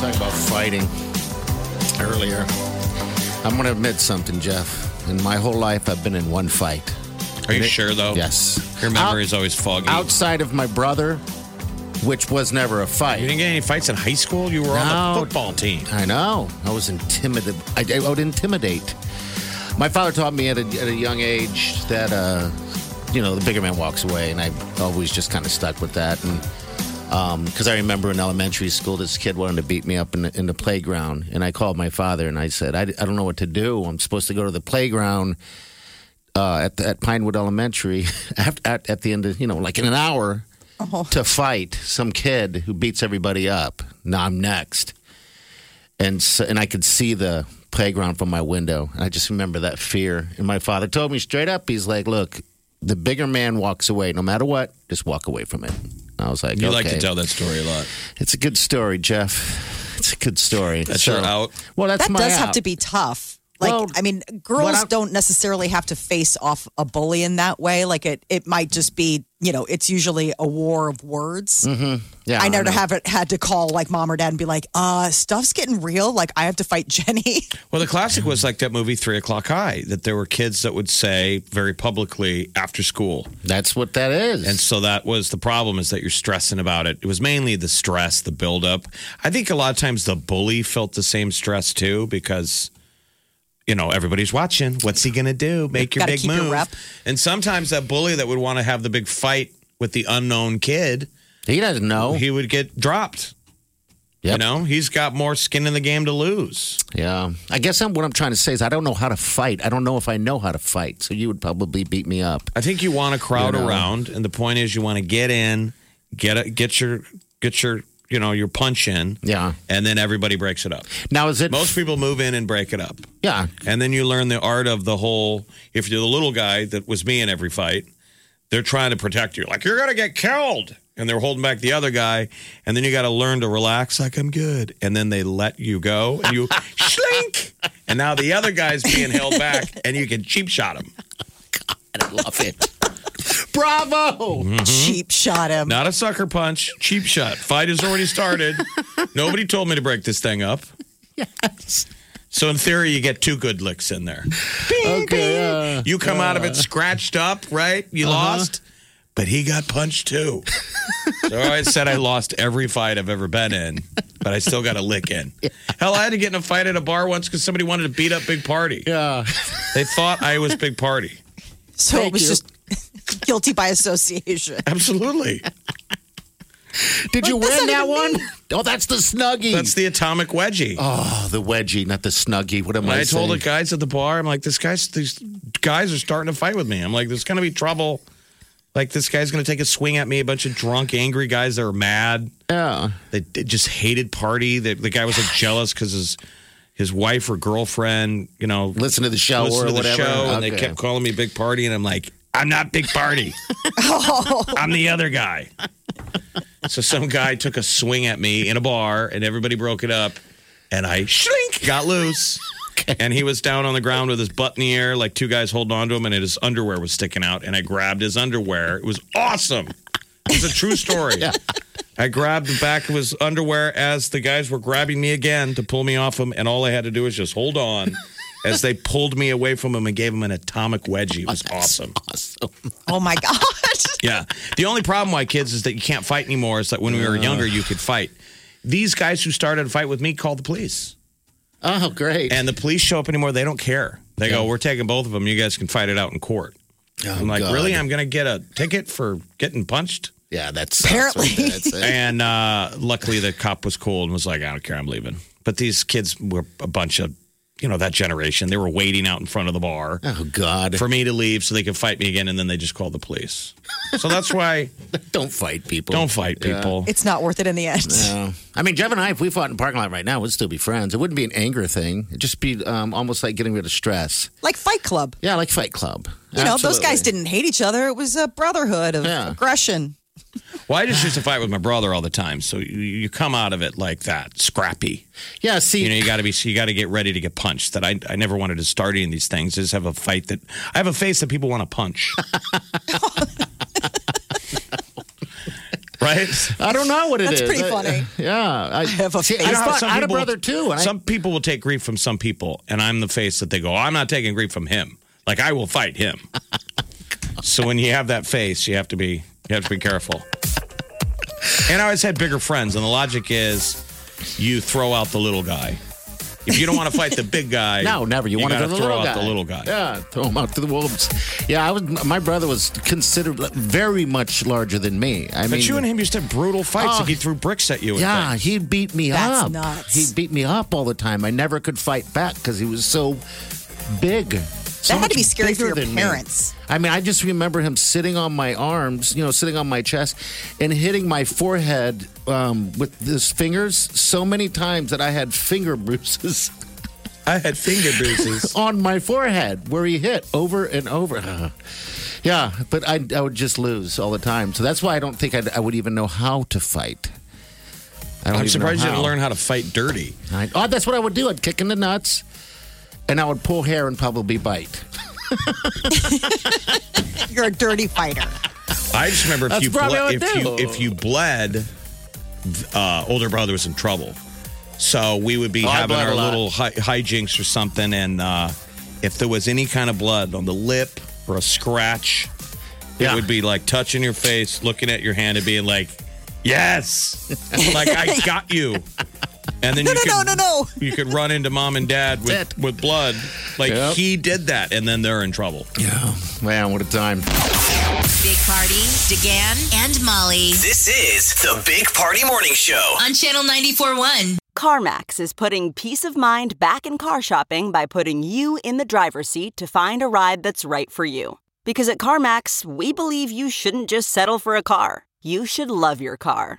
S1: Talking about fighting earlier. I'm gonna admit something, Jeff. In my whole life, I've been in one fight.
S3: Are you sure, though?
S1: Yes.
S3: Oh. Your memory is always foggy.
S1: Outside of my brother, which was never a fight.
S3: You didn't get any fights in high school? You were on the
S1: No.
S3: football team.
S1: I know. I was intimidated. I, I would intimidate. My father taught me at a, at a young age that, uh, you know, the bigger man walks away, and I always just kind of stuck with that. And because I remember in elementary school, this kid wanted to beat me up in the, in the playground, and I called my father and I said, I, I don't know what to do. I'm supposed to go to the playground uh, at, at Pinewood Elementary at, at, at the end of, you know, like in an hour to fight some kid who beats everybody up. Now I'm next. And, so, and I could see the playground from my window. And I just remember that fear. And my father told me straight up, he's like, look, the bigger man walks away. No matter what, just walk away from it. I was like,
S3: You like to
S1: okay.
S3: tell that story a lot.
S1: It's a good story, Jeff. It's a good story.
S3: That's your out?
S1: Well, that's
S2: that
S1: my
S2: does
S1: out.
S2: have to be tough. Like,
S1: Well,
S2: I mean,
S1: what
S2: girls
S1: I'm-
S2: don't necessarily have to face off a bully in that way. Like, it, it might just be, you know, it's usually a war of words.
S1: Yeah,
S2: I
S1: Mm-hmm,
S2: never
S1: know.
S2: haven't had to call like mom or dad and be like, uh, stuff's getting real. Like, I have to fight Jenny.
S1: Mm-hmm.
S3: Well, the classic was like that movie Three O'clock High, that there were kids that would say very publicly after school.
S1: That's what that is.
S3: And so that was the problem is that you're stressing about it. It was mainly the stress, the buildup. I think a lot of times the bully felt the same stress too because, you know, everybody's watching. What's he going to do? Make your
S2: Gotta
S3: big
S2: keep your
S3: move.
S2: rep.
S3: And sometimes that bully that would want to have the big fight with the unknown kid,
S1: he doesn't know.
S3: he would get dropped. You
S1: Oh. Yep.
S3: know, he's got more skin in the game to lose.
S1: yeah. I guess I'm, what I'm trying to say is I don't know how to fight. I don't know if I know how to fight. So you would probably beat me up.
S3: I think you want to crowd
S1: You know?
S3: around, and the point is you want to get in, get a, get your get your you know your punch in,
S1: Yeah.
S3: and then everybody breaks it up.
S1: Now is it?
S3: Most people move in and break it up,
S1: yeah.
S3: and then you learn the art of the whole. If you're the little guy that was me in every fight, they're trying to protect you, like you're gonna get killed, and they're holding back the other guy, and then you got to learn to relax, like I'm good, and then they let you go, and you slink, and now the other guy's being held back, and you can cheap shot him.
S1: I love it. Bravo.
S3: Mm-hmm.
S2: Cheap shot him.
S3: Not a sucker punch, cheap shot. Fight has already started. Nobody told me to break this thing up.
S1: Yes.
S3: So in theory, you get two good licks in there.
S1: Okay. uh, Uh-huh.
S3: You come out of it scratched up, right? You lost, but he got punched too. so I always said I lost every fight I've ever been in, but I still got a lick in. Hell, I had to get in a fight at a bar once because somebody wanted to beat up Big Party.
S1: yeah.
S3: They thought I was Big Party.
S2: so it
S1: Thank
S2: was
S1: you.
S2: just guilty by association.
S3: Absolutely.
S1: Did you win that one? Oh, that's the snuggie.
S3: That's the atomic wedgie.
S1: oh, the wedgie, not the snuggie. What am
S3: And
S1: I?
S3: I told the
S1: saying?
S3: guys at the bar, I'm like, this guy's these guys are starting to fight with me. I'm like, there's gonna be trouble. Like this guy's gonna take a swing at me. A bunch of drunk, angry guys that are mad.
S1: Yeah.
S3: They, they just hated party. The, the guy was like jealous because his his wife or girlfriend, you know,
S1: Listen to the show
S3: listened
S1: or
S3: to the
S1: whatever.
S3: show, and they
S1: Okay.
S3: kept calling me Big Party, and I'm like, I'm not Big Party. I'm the other guy. so some guy took a swing at me in a bar, and everybody broke it up, and I shrink got loose. And he was down on the ground with his butt in the air, like two guys holding on to him, and his underwear was sticking out. And I grabbed his underwear. It was awesome. It's a true story. I grabbed the back of his underwear as the guys were grabbing me again to pull me off him, and all I had to do was just hold on as they pulled me away from him and gave him an atomic wedgie. It was awesome.
S2: Oh my God.
S3: Yeah. The only problem why kids is that you can't fight anymore is that when we were younger you could fight. These guys who started a fight with me called the police.
S1: Oh, great.
S3: And the police show up anymore, they don't care. They go, We're taking both of them, you guys can fight it out in court. I'm like,
S1: God.
S3: really? I'm gonna get a ticket for getting punched?
S1: yeah, that's
S2: Apparently.
S3: And uh, luckily, the cop was cool and was like, "I don't care, I'm leaving." But these kids were a bunch of, you know, that generation. They were waiting out in front of the bar
S1: Oh God!
S3: for me to leave so they could fight me again, and then they just called the police. So that's why
S1: don't fight people.
S3: don't fight people.
S2: It's not worth it in the end.
S1: No. I mean, Jeff and I, if we fought in the parking lot right now, we'd still be friends. It wouldn't be an anger thing. It'd just be um, almost like getting rid of stress.
S2: Like Fight Club.
S1: Yeah, like Fight Club.
S2: You know, those guys didn't hate each other. It was a brotherhood of
S1: Yeah.
S2: aggression.
S3: Well, I just used to fight with my brother all the time, so you, you come out of it like that, scrappy.
S1: Yeah, see,
S3: You know, you got to be, you got to get ready to get punched. That I, I never wanted to start any of these things. Just have a fight that I have a face that people want to punch. right?
S1: I don't know what it is.
S2: That's pretty
S1: I-
S2: funny.
S1: yeah, I
S2: have a
S1: see,
S2: face.
S1: I,
S3: You know how
S1: fought-
S3: some
S1: I had a
S3: people-
S1: brother too, and
S3: some people will take grief from some people, and I'm the face that they go, I'm not taking grief from him. Like I will fight him. so when you have that face, you have to be you have to be careful. And I always had bigger friends, and the logic is you throw out the little guy. If you don't want to fight the big guy,
S1: I no, never. You, want to
S3: gotta
S1: go to the
S3: throw
S1: little
S3: out
S1: guy.
S3: the little guy.
S1: Yeah, throw him out to the wolves. Yeah, I was. My brother was considered very much larger than me. I
S3: But
S1: mean,
S3: you and him used to have brutal fights.
S1: Oh.
S3: like he threw bricks at you. and
S1: Yeah,
S3: things.
S1: he beat me
S2: That's
S1: up.
S2: nuts.
S1: He beat me up all the time. I never could fight back because he was so big. So
S2: That had to
S1: much
S2: be scary
S1: bigger
S2: for your
S1: than me.
S2: parents.
S1: I mean, I just remember him sitting on my arms, you know, sitting on my chest and hitting my forehead um, with his fingers so many times that I had finger bruises
S3: I had finger bruises.
S1: on my forehead where he hit over and over. Yeah, but I, I would just lose all the time. So that's why I don't think I'd, I would even know how to fight. I
S3: I'm
S1: even know
S3: surprised you didn't learn how to fight dirty.
S1: I, oh, that's what I would do. I'd kick in the nuts, and I would pull hair and probably bite.
S2: You're a dirty fighter.
S3: I just remember if
S1: That's
S3: you ble-
S1: probably what
S3: if
S1: I
S3: you
S1: do.
S3: if you bled, uh, older brother was in trouble. So we would be
S1: Oh, I
S3: having
S1: bled
S3: our
S1: a lot.
S3: little hi- hijinks or something, and uh, if there was any kind of blood on the lip or a scratch, it
S1: Yeah.
S3: would be like touching your face, looking at your hand, and being like, "Yes, like I got you." And then
S2: No,
S3: you
S2: no,
S3: could,
S2: no, no, no.
S3: You could run into mom and dad with,
S1: That's it.
S3: with blood. Like
S1: Yep.
S3: he did that, and then they're in trouble.
S1: Man, what a time!
S4: Big Party, DeGan, and Molly
S5: This is the Big Party Morning Show.
S4: on Channel 94.1.
S9: CarMax is putting peace of mind back in car shopping by putting you in the driver's seat to find a ride that's right for you. Because at CarMax, we believe you shouldn't just settle for a car, you should love your car.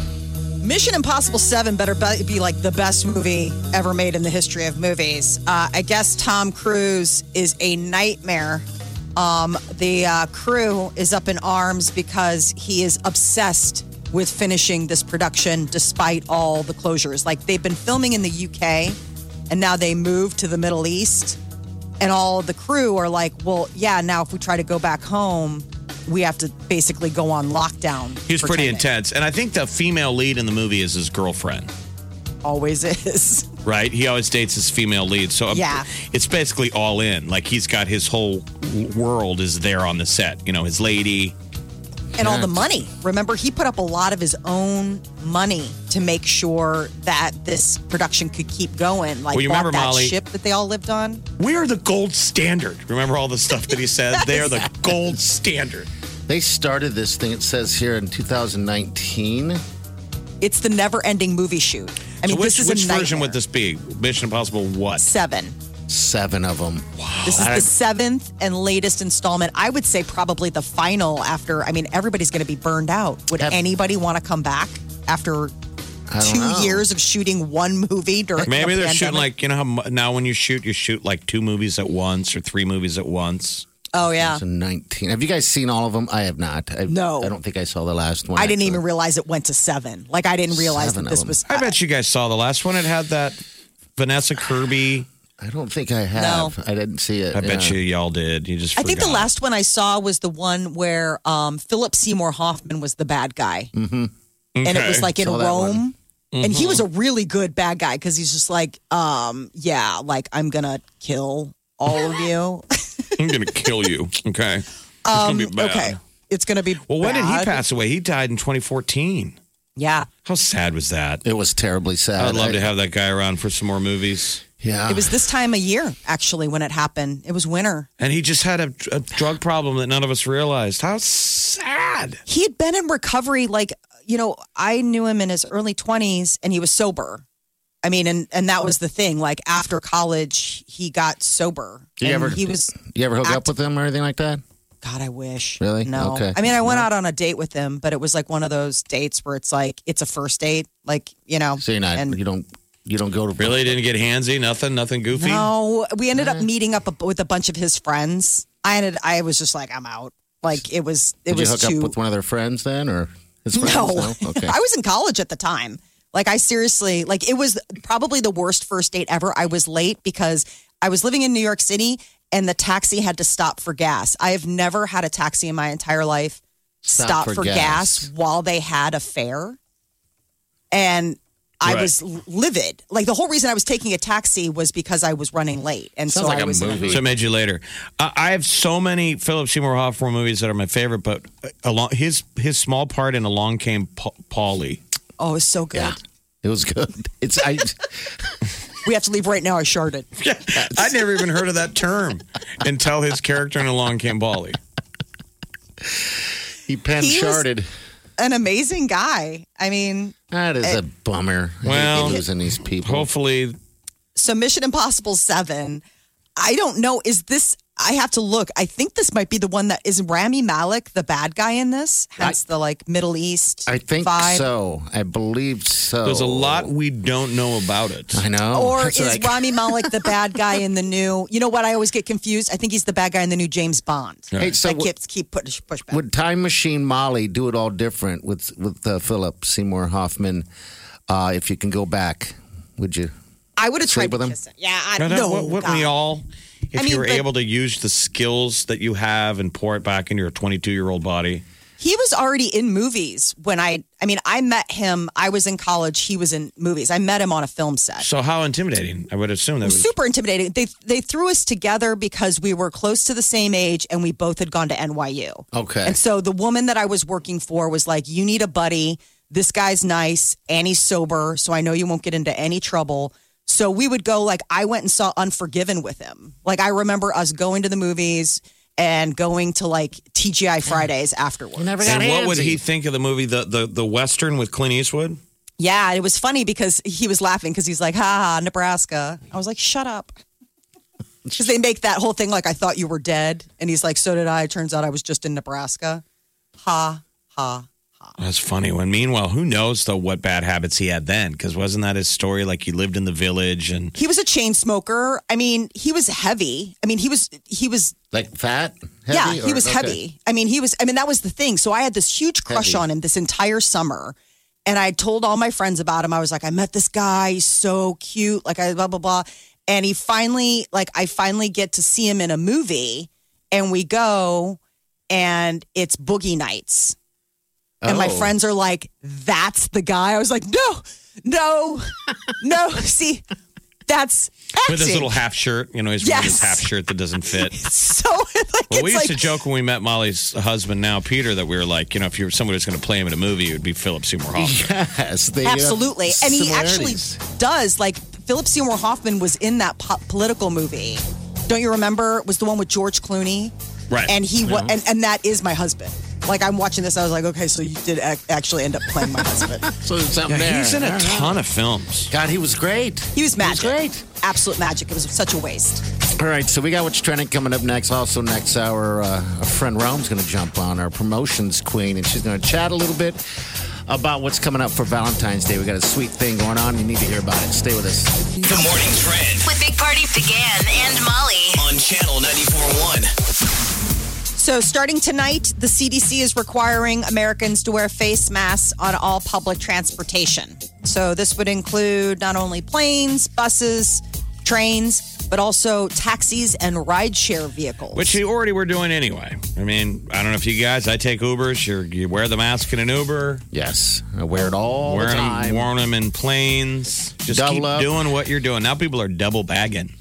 S2: Mission Impossible 7 better be be like the best movie ever made in the history of movies. Uh, I guess Tom Cruise is a nightmare. Um, the uh, crew is up in arms because he is obsessed with finishing this production despite all the closures. Like they've been filming in the UK and now they moved to the Middle East. And all the crew are like, well, yeah, now if we try to go back home, we have to basically go on lockdown.
S3: He was
S2: for
S3: pretty
S2: 10 days.
S3: intense. And I think the female lead in the movie is his girlfriend,
S2: Always is.
S3: right? He always dates his female lead. So um,
S2: Yeah.
S3: it's basically all in. Like he's got his whole world is there on the set. You know, his lady.
S2: and all the money. Remember, he put up a lot of his own money to make sure that this production could keep going. Like
S3: Well, you
S2: bought
S3: remember,
S2: that
S3: Molly-
S2: ship that they all lived on.
S3: We are the gold standard. Remember all the stuff that he said? they are the gold standard.
S1: They started this thing. It says here in 2019.
S2: It's the never-ending movie shoot. I mean,
S3: so which,
S2: this is
S3: which
S2: a
S3: version
S2: nightmare.
S3: would this be? Mission Impossible what?
S2: seven.
S1: Seven of them. Wow.
S3: Oh,
S2: This is the seventh and latest installment. I would say probably the final. After I mean, everybody's going to be burned out. Would
S1: Have-
S2: anybody want to come back after two years of shooting one movie during?
S3: Maybe
S2: the
S3: they're
S2: pandemic?
S3: shooting like, you know how mu- now when you shoot, you shoot like two movies at once or three movies at once.
S2: Oh yeah.
S1: So 19. Have you guys seen all of them? I have not. I,
S2: No.
S1: I don't think I saw the last one.
S2: I didn't
S1: actually.
S2: even realize it went to seven. Like I didn't realize
S1: Seven
S2: that
S1: of
S2: this
S1: them.
S2: was.
S3: I bet you guys saw the last one. It had that Vanessa Kirby.
S1: I don't think I have. I didn't see it.
S3: I bet
S1: yeah.
S3: you y'all did. You just
S2: I think the
S3: forgot.
S2: last one I saw was the one where um, Philip Seymour Hoffman was the bad guy,
S3: Mm-hmm.
S2: and it was like in
S1: Saw that
S2: Rome, and he was a really good bad guy because he's just like, um, yeah, like I'm gonna kill all of you.
S3: I'm gonna kill you. Okay. it's gonna be bad.
S2: Um, okay, it's gonna be.
S3: Well, when did he
S2: bad.
S3: pass away? He died in 2014.
S2: Yeah,
S3: How sad was that?
S1: It was terribly sad.
S3: I'd love to have that guy around for some more movies.
S1: Yeah.
S2: it was this time of year actually when it happened. It was winter.
S3: And he just had a, a drug problem that none of us realized. How sad.
S2: he had been in recovery like you know i knew him in his early 20s and he was sober i mean and and that was the thing like after college he got sober
S1: You
S2: And
S1: ever-
S2: he was
S1: You ever hook
S2: act-
S1: up with them or anything like that?
S2: god i wish
S1: Really?
S2: no
S1: Okay.
S2: i mean i went out on a date with him but it was like one of those dates where it's like it's a first date like you know
S1: So you're not.
S2: and
S1: you don't. You don't go to
S3: Really didn't get handsy, nothing, nothing goofy.
S2: no we ended up meeting up a- with a bunch of his friends i ended i was just like i'm out like it was
S1: Did
S2: it
S1: you
S2: was
S1: hook
S2: too
S1: up with one of their friends then, or his friends?
S2: No,
S1: Okay.
S2: I was in college at the time. Like I seriously, like it was probably the worst first date ever. I was late because I was living in New York City and the taxi had to stop for gas. I have never had a taxi in my entire life stop, for, gas. while they had a fare. And I
S3: Right.
S2: was livid. Like the whole reason I was taking a taxi was because I was running late, and so I was in
S3: So it made you later. I I have so many Philip Seymour Hoffman movies that are my favorite, but uh, along his his small part in Along Came Pa- Polly.
S2: Oh, it's so good.
S1: It was good. It's I.
S2: we have to leave right now. I sharded.
S3: I'd never even heard of that term until his character in Along Came Polly.
S1: He pan
S2: He was-
S1: sharded.
S2: An amazing guy. I mean,
S1: That is a
S2: eh,
S1: bummer. I hate
S3: Well,
S1: losing these people.
S3: Hopefully,
S2: so Mission Impossible Seven. I don't know. Is this? I have to look. I think this might be the one that is Rami Malik, the bad guy in this. Hence the like Middle East.
S1: I think
S2: vibe.
S1: so. I believe so.
S2: Oh.
S3: There's a lot we don't know about it.
S1: I know.
S2: Or
S1: Oh, That's
S2: is
S1: what I-
S2: Rami Malik the bad guy in the new? You know what? I always get confused. I think he's the bad guy in the new James Bond.
S1: Right. Hey, so
S2: I
S1: what-
S2: keep, keep push, push back.
S1: Would Time Machine Molly do it all different with with uh, Philip Seymour Hoffman? Uh, if you can go back, would you?
S2: I would have
S1: Sleep
S2: tried
S1: with
S2: to
S1: him?
S2: kiss him. Yeah, I
S3: No,
S2: know.
S3: no, wou- wouldn't we all? If
S2: I mean,
S3: you were
S2: but-
S3: able to use the skills that you have and pour it back into your 22 year old body,
S2: He was already in movies when I. I mean, I met him. I was in college. He was in movies. I met him on a film set.
S3: so how intimidating? I would assume that
S2: It
S3: was
S2: was super intimidating. They they threw us together because we were close to the same age and we both had gone to NYU.
S1: Okay.
S2: And so the woman that I was working for was like, You need a buddy. This guy's nice and he's sober. So I know you won't get into any trouble. So we would go, like, I went and saw Unforgiven with him. Like, I remember us going to the movies and going to like TGI Fridays afterwards.
S3: And what would he think of the movie, the, the, the Western with Clint Eastwood?
S2: Yeah. It was funny because he was laughing because he's like, Ha ha, Nebraska. I was like, Shut up. Because they make that whole thing like, I thought you were dead. And he's like, So did I. Turns out I was just in Nebraska. Ha ha.
S3: Oh, That's funny. When meanwhile, who knows though what bad habits he had then? Because wasn't that his story? Like he lived in the village and
S2: He was a chain smoker. I mean, he was heavy. I mean, he was he was
S1: like fat?
S2: yeah,
S1: Heavy
S2: he
S1: or-
S2: was
S1: okay.
S2: heavy. I mean, he was I mean, that was the thing. So I had this huge crush
S1: Heavy.
S2: on him this entire summer. And I told all my friends about him. I was like, I met this guy, he's so cute, like I blah blah blah. And he finally like I finally get to see him in a movie and we go and it's Boogie Nights. And my
S10: Oh.
S2: friends are like, that's the guy. I was like, no, no, no. See, that's acting.
S3: with his little half shirt. You know, he's wearing his
S2: Yes.
S3: half shirt that doesn't fit.
S2: so like,
S3: Well, we
S2: it's
S3: used
S2: like,
S3: to joke when we met Molly's husband, now Peter, that we were like, you know, if you're somebody was going to play him in a movie, it would be Philip Seymour Hoffman.
S1: Yes, they have
S2: absolutely. And he actually
S1: similarities.
S2: does. Like, Philip Seymour Hoffman was in that po- political movie. Don't you remember? It was the one with George Clooney.
S10: Right.
S2: And he was,
S10: Yeah.
S2: and, and that is my husband. Like, I'm watching this. I was like, okay, so you did ac- actually end up playing my husband.
S1: So there's something
S3: Yeah,
S1: there.
S3: he's in a ton of films.
S1: God, he was great.
S2: He was magic. great. Absolute magic. It was such a waste.
S1: All right, so we got what's trending coming up next. Also, next hour, uh, our friend Rome's going to jump on, our promotions queen, and she's going to chat a little bit about what's coming up for Valentine's Day. We got a sweet thing going on. You need to hear about it. Stay with us.
S5: The morning trend
S4: With Big Party began and Molly.
S5: on channel 941.
S2: So, starting tonight, the CDC is requiring Americans to wear face masks on all public transportation. So, this would include not only planes, buses, trains, but also taxis and rideshare vehicles.
S3: Which you already were doing anyway. I mean, I don't know if you guys, I take Ubers. You're, you wear the mask in an Uber.
S1: Yes, I wear it all
S3: wearing
S1: the
S3: Them,
S1: time.
S3: wearing them in planes. Just
S1: Double
S3: keep
S1: up.
S3: doing what you're doing. Now people are double bagging.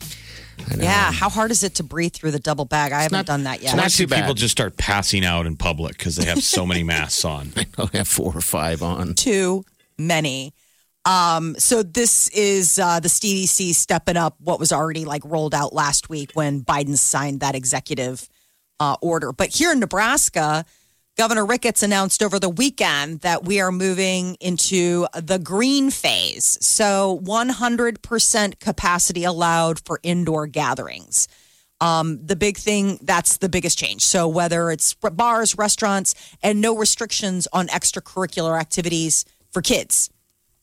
S2: Yeah, how hard is it to breathe through the double bag? I haven't done that yet.
S3: I see People just start passing out in public because they have so many masks on.
S1: I know, I have four or five on.
S2: too many. Um, so this is uh, the CDC stepping up what was already like rolled out last week when Biden signed that executive uh, order. But here in Nebraska, Governor Ricketts announced over the weekend that we are moving into the green phase. So 100% capacity allowed for indoor gatherings. Um, the big thing that's the biggest change. So whether it's bars, restaurants, and no restrictions on extracurricular activities for kids.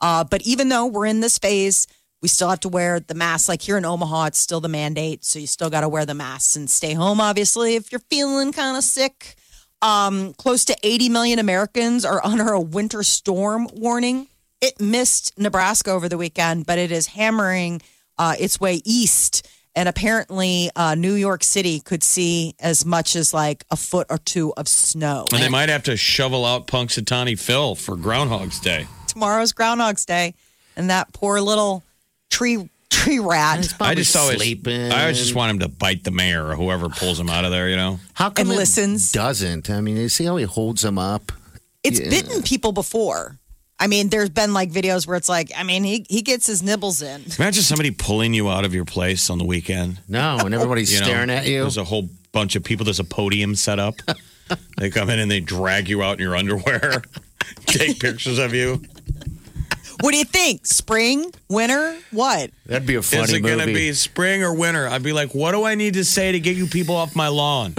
S2: Uh, but even though we're in this phase, we still have to wear the mask. Like here in Omaha, it's still the mandate, so you still got to wear the mask and stay home. Obviously, if you're feeling kind of sick. Um, close to 80 million Americans are under a winter storm warning. It missed Nebraska over the weekend, but it is hammering uh, its way east. And apparently, uh, New York City could see as much as like a foot or two of snow.
S3: And they might have to shovel out Punxsutawney Phil for Groundhog's Day.
S2: Tomorrow's Groundhog's Day. and that poor little tree tree rat.
S3: I just always I always just want him to bite the mayor or whoever pulls him out of there. You know.
S1: How come
S2: And
S1: it
S2: listens.
S1: doesn't? I mean, you see how he holds them up?
S2: It's
S1: Yeah.
S2: bitten people before. I mean, there's been like videos where it's like, I mean, he he gets his nibbles in.
S3: Imagine somebody pulling you out of your place on the weekend.
S1: No, and everybody's staring at you.
S3: There's a whole bunch of people. There's a podium set up. they come in and they drag you out in your underwear, take pictures of you.
S2: What do you think? Spring, winter, what?
S1: That'd be a
S3: Is it going to be spring or winter? I'd be like, what do I need to say to get you people off my lawn?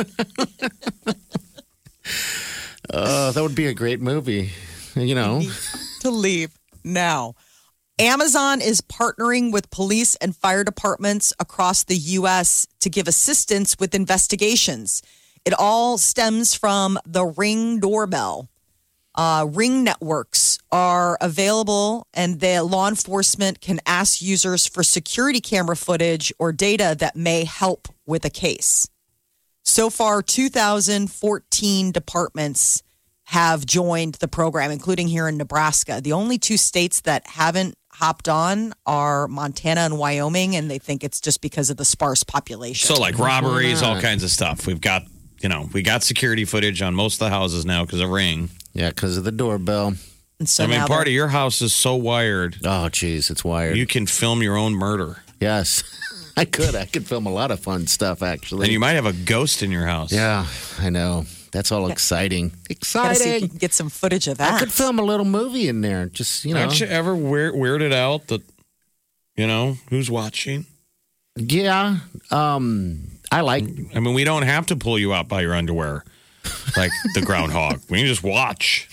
S1: Oh, that would be a great movie. You know,
S2: to leave now. Amazon is partnering with police and fire departments across the U.S. to give assistance with investigations. It all stems from the Ring doorbell. Uh, ring networks are available, and the law enforcement can ask users for security camera footage or data that may help with a case. So far, 2014 departments have joined the program, including here in Nebraska. The only two states that haven't hopped on are Montana and Wyoming, and they think it's just because of the sparse population.
S3: So like robberies, all
S2: kinds.
S3: kinds of stuff. We've got, you know, we got security footage on most of the houses now because of ring.
S1: Yeah, because of the doorbell.
S2: And so
S3: I mean,
S2: now
S3: part of your house is so wired.
S1: Oh, jeez, it's wired.
S3: You can film your own murder.
S1: Yes, I could. I could film a lot of fun stuff, actually.
S3: And you might have a ghost in your house.
S1: Yeah, I know. That's all exciting.
S2: Gotta see if you
S1: Exciting.
S2: can get some footage of that.
S1: I could film a little movie in there. Just you know,
S3: Aren't you ever weir- weirded out that, you know, who's watching?
S1: yeah. Um, I like.
S3: I mean, we don't have to pull you out by your underwear like the groundhog. We can just watch.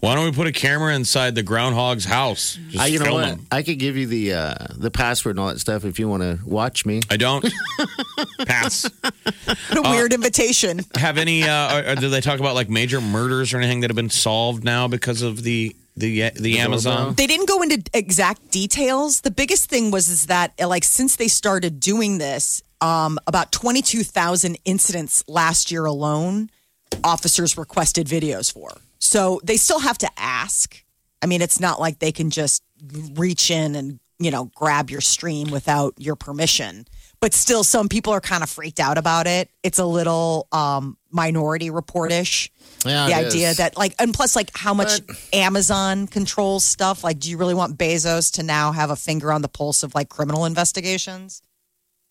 S3: Why don't we put a camera inside the groundhog's house? Just
S1: I, you know
S3: film
S1: what?
S3: him.
S1: I could give you the uh, the password and all that stuff if you want to watch me.
S3: I don't. Pass.
S2: What a
S3: Uh,
S2: weird invitation.
S3: Have any? Uh, or, or do they talk about like major murders or anything that have been solved now because of the the uh, the, Amazon?
S2: They didn't go into exact details. The biggest thing was is that uh, like since they started doing this, um, about twenty two thousand incidents last year alone, officers requested videos for. So they still have to ask. I mean, it's not like they can just reach in and you know grab your stream without your permission. But still, some people are kind of freaked out about it. It's a little um, minority reportish
S1: Yeah,
S2: the
S1: it
S2: idea
S1: is.
S2: that like and plus like how much amazon controls stuff like do you really want bezos to now have a finger on the pulse of like criminal investigations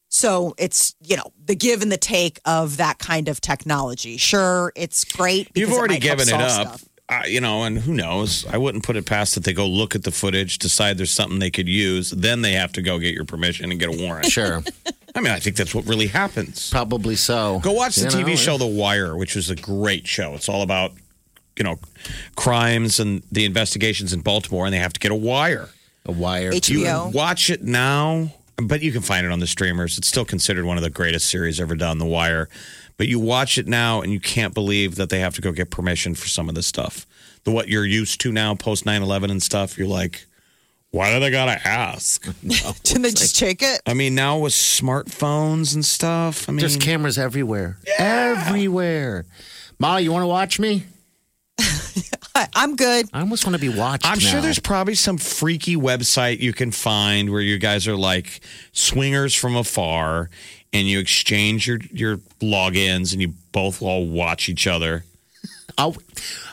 S2: so it's you know the give and the take of that kind of technology sure it's great because
S3: You've already
S2: it might help
S3: given it
S2: solve
S3: up.
S2: stuff.
S3: I, you know, and who knows? I wouldn't put it past that they go look at the footage, decide there's something they could use, then they have to go get your permission and get a warrant.
S1: Sure,
S3: I mean, I think that's what really happens.
S1: probably so.
S3: Go watch the
S1: You
S3: TV
S1: know,
S3: show The Wire, which was a great show. It's all about, you know, crimes and the investigations in Baltimore, and they have to get a wire.
S1: A wire.
S2: HBO.
S3: You watch it now, but you can find it on the streamers. It's still considered one of the greatest series ever done, The Wire. But you watch it now, and you can't believe that they have to go get permission for some of this stuff. The what you're used to now, post 9-11 and stuff. You're like, why do they gotta ask?
S2: can they just take it
S3: I mean, now with smartphones and stuff, I mean,
S1: There's cameras everywhere. Everywhere. Ma, you want to watch me?
S2: I, i'm good
S1: I almost want to be watched.
S3: I'm sure
S1: now.
S3: there's probably some freaky website you can find where you guys are like swingers from afar and you exchange your, your logins and you both all watch each other
S1: I'll,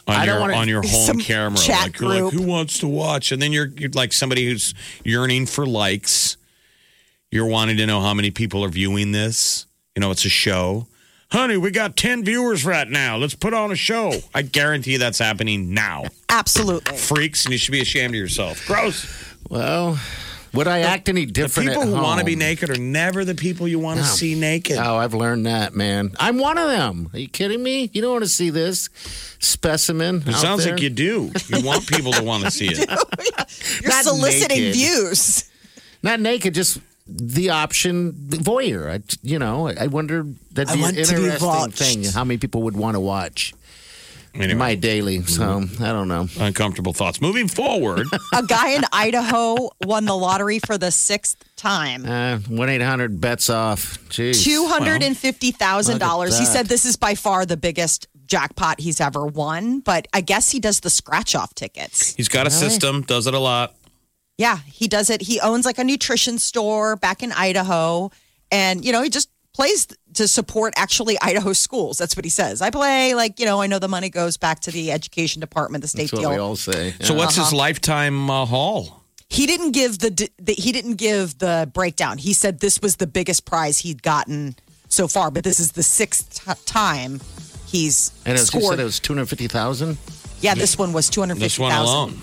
S3: on
S1: I
S3: your
S1: don't wanna-
S3: on your home
S2: Some
S3: camera.
S2: chat
S3: like you're like,
S2: group.
S3: who wants to watch? And then you're you're like somebody who's yearning for likes. You're wanting to know how many people are viewing this. You know, it's a show. Honey, we got 10 viewers right now. Let's put on a show. I guarantee that's happening now.
S2: absolutely
S3: Freaks, and you should be ashamed of yourself. Gross.
S1: Well, Oh, would I act any different?
S3: People
S1: at
S3: who want
S1: home?
S3: to be naked are never the people you want to
S1: No.
S3: see naked.
S1: Oh, I've learned that, man. I'm one of them. Are you kidding me? You don't want to see this specimen.
S3: It sounds like you do. You want people to want to see it.
S2: you're
S1: Not
S2: soliciting
S1: naked.
S2: views
S1: not naked, just the option the voyeur. I, you know, I wonder that'd
S2: I
S1: be
S2: want
S1: an
S2: to be
S1: interesting
S2: watched.
S1: thing. How many people would want to watch
S3: Anyway, Mm-hmm.
S1: my daily? So I don't know.
S3: uncomfortable thoughts. Moving forward,
S2: a guy in idaho won the lottery for the sixth time
S1: Uh, One eight hundred bets off. Jeez.
S2: Two hundred and fifty thousand dollars. He
S1: that.
S2: said this is by far the biggest jackpot he's ever won, but I guess he does the scratch off tickets.
S3: he's got a system, does it a lot.
S2: Yeah, he does it. He owns like a nutrition store back in Idaho. And, you know, he just plays to support actually Idaho schools. That's what he says. I play, like, you know, I know the money goes back to the education department, the state
S3: That's what
S2: deal.
S3: we all say. So what's his
S2: Uh-huh.
S3: lifetime uh, haul?
S2: He didn't give the, d- the he didn't give the breakdown. He said this was the biggest prize he'd gotten so far, but this is the sixth t- time he's
S1: And as you
S2: scored.
S1: said, it was 250000
S2: yeah, this one was two hundred fifty thousand.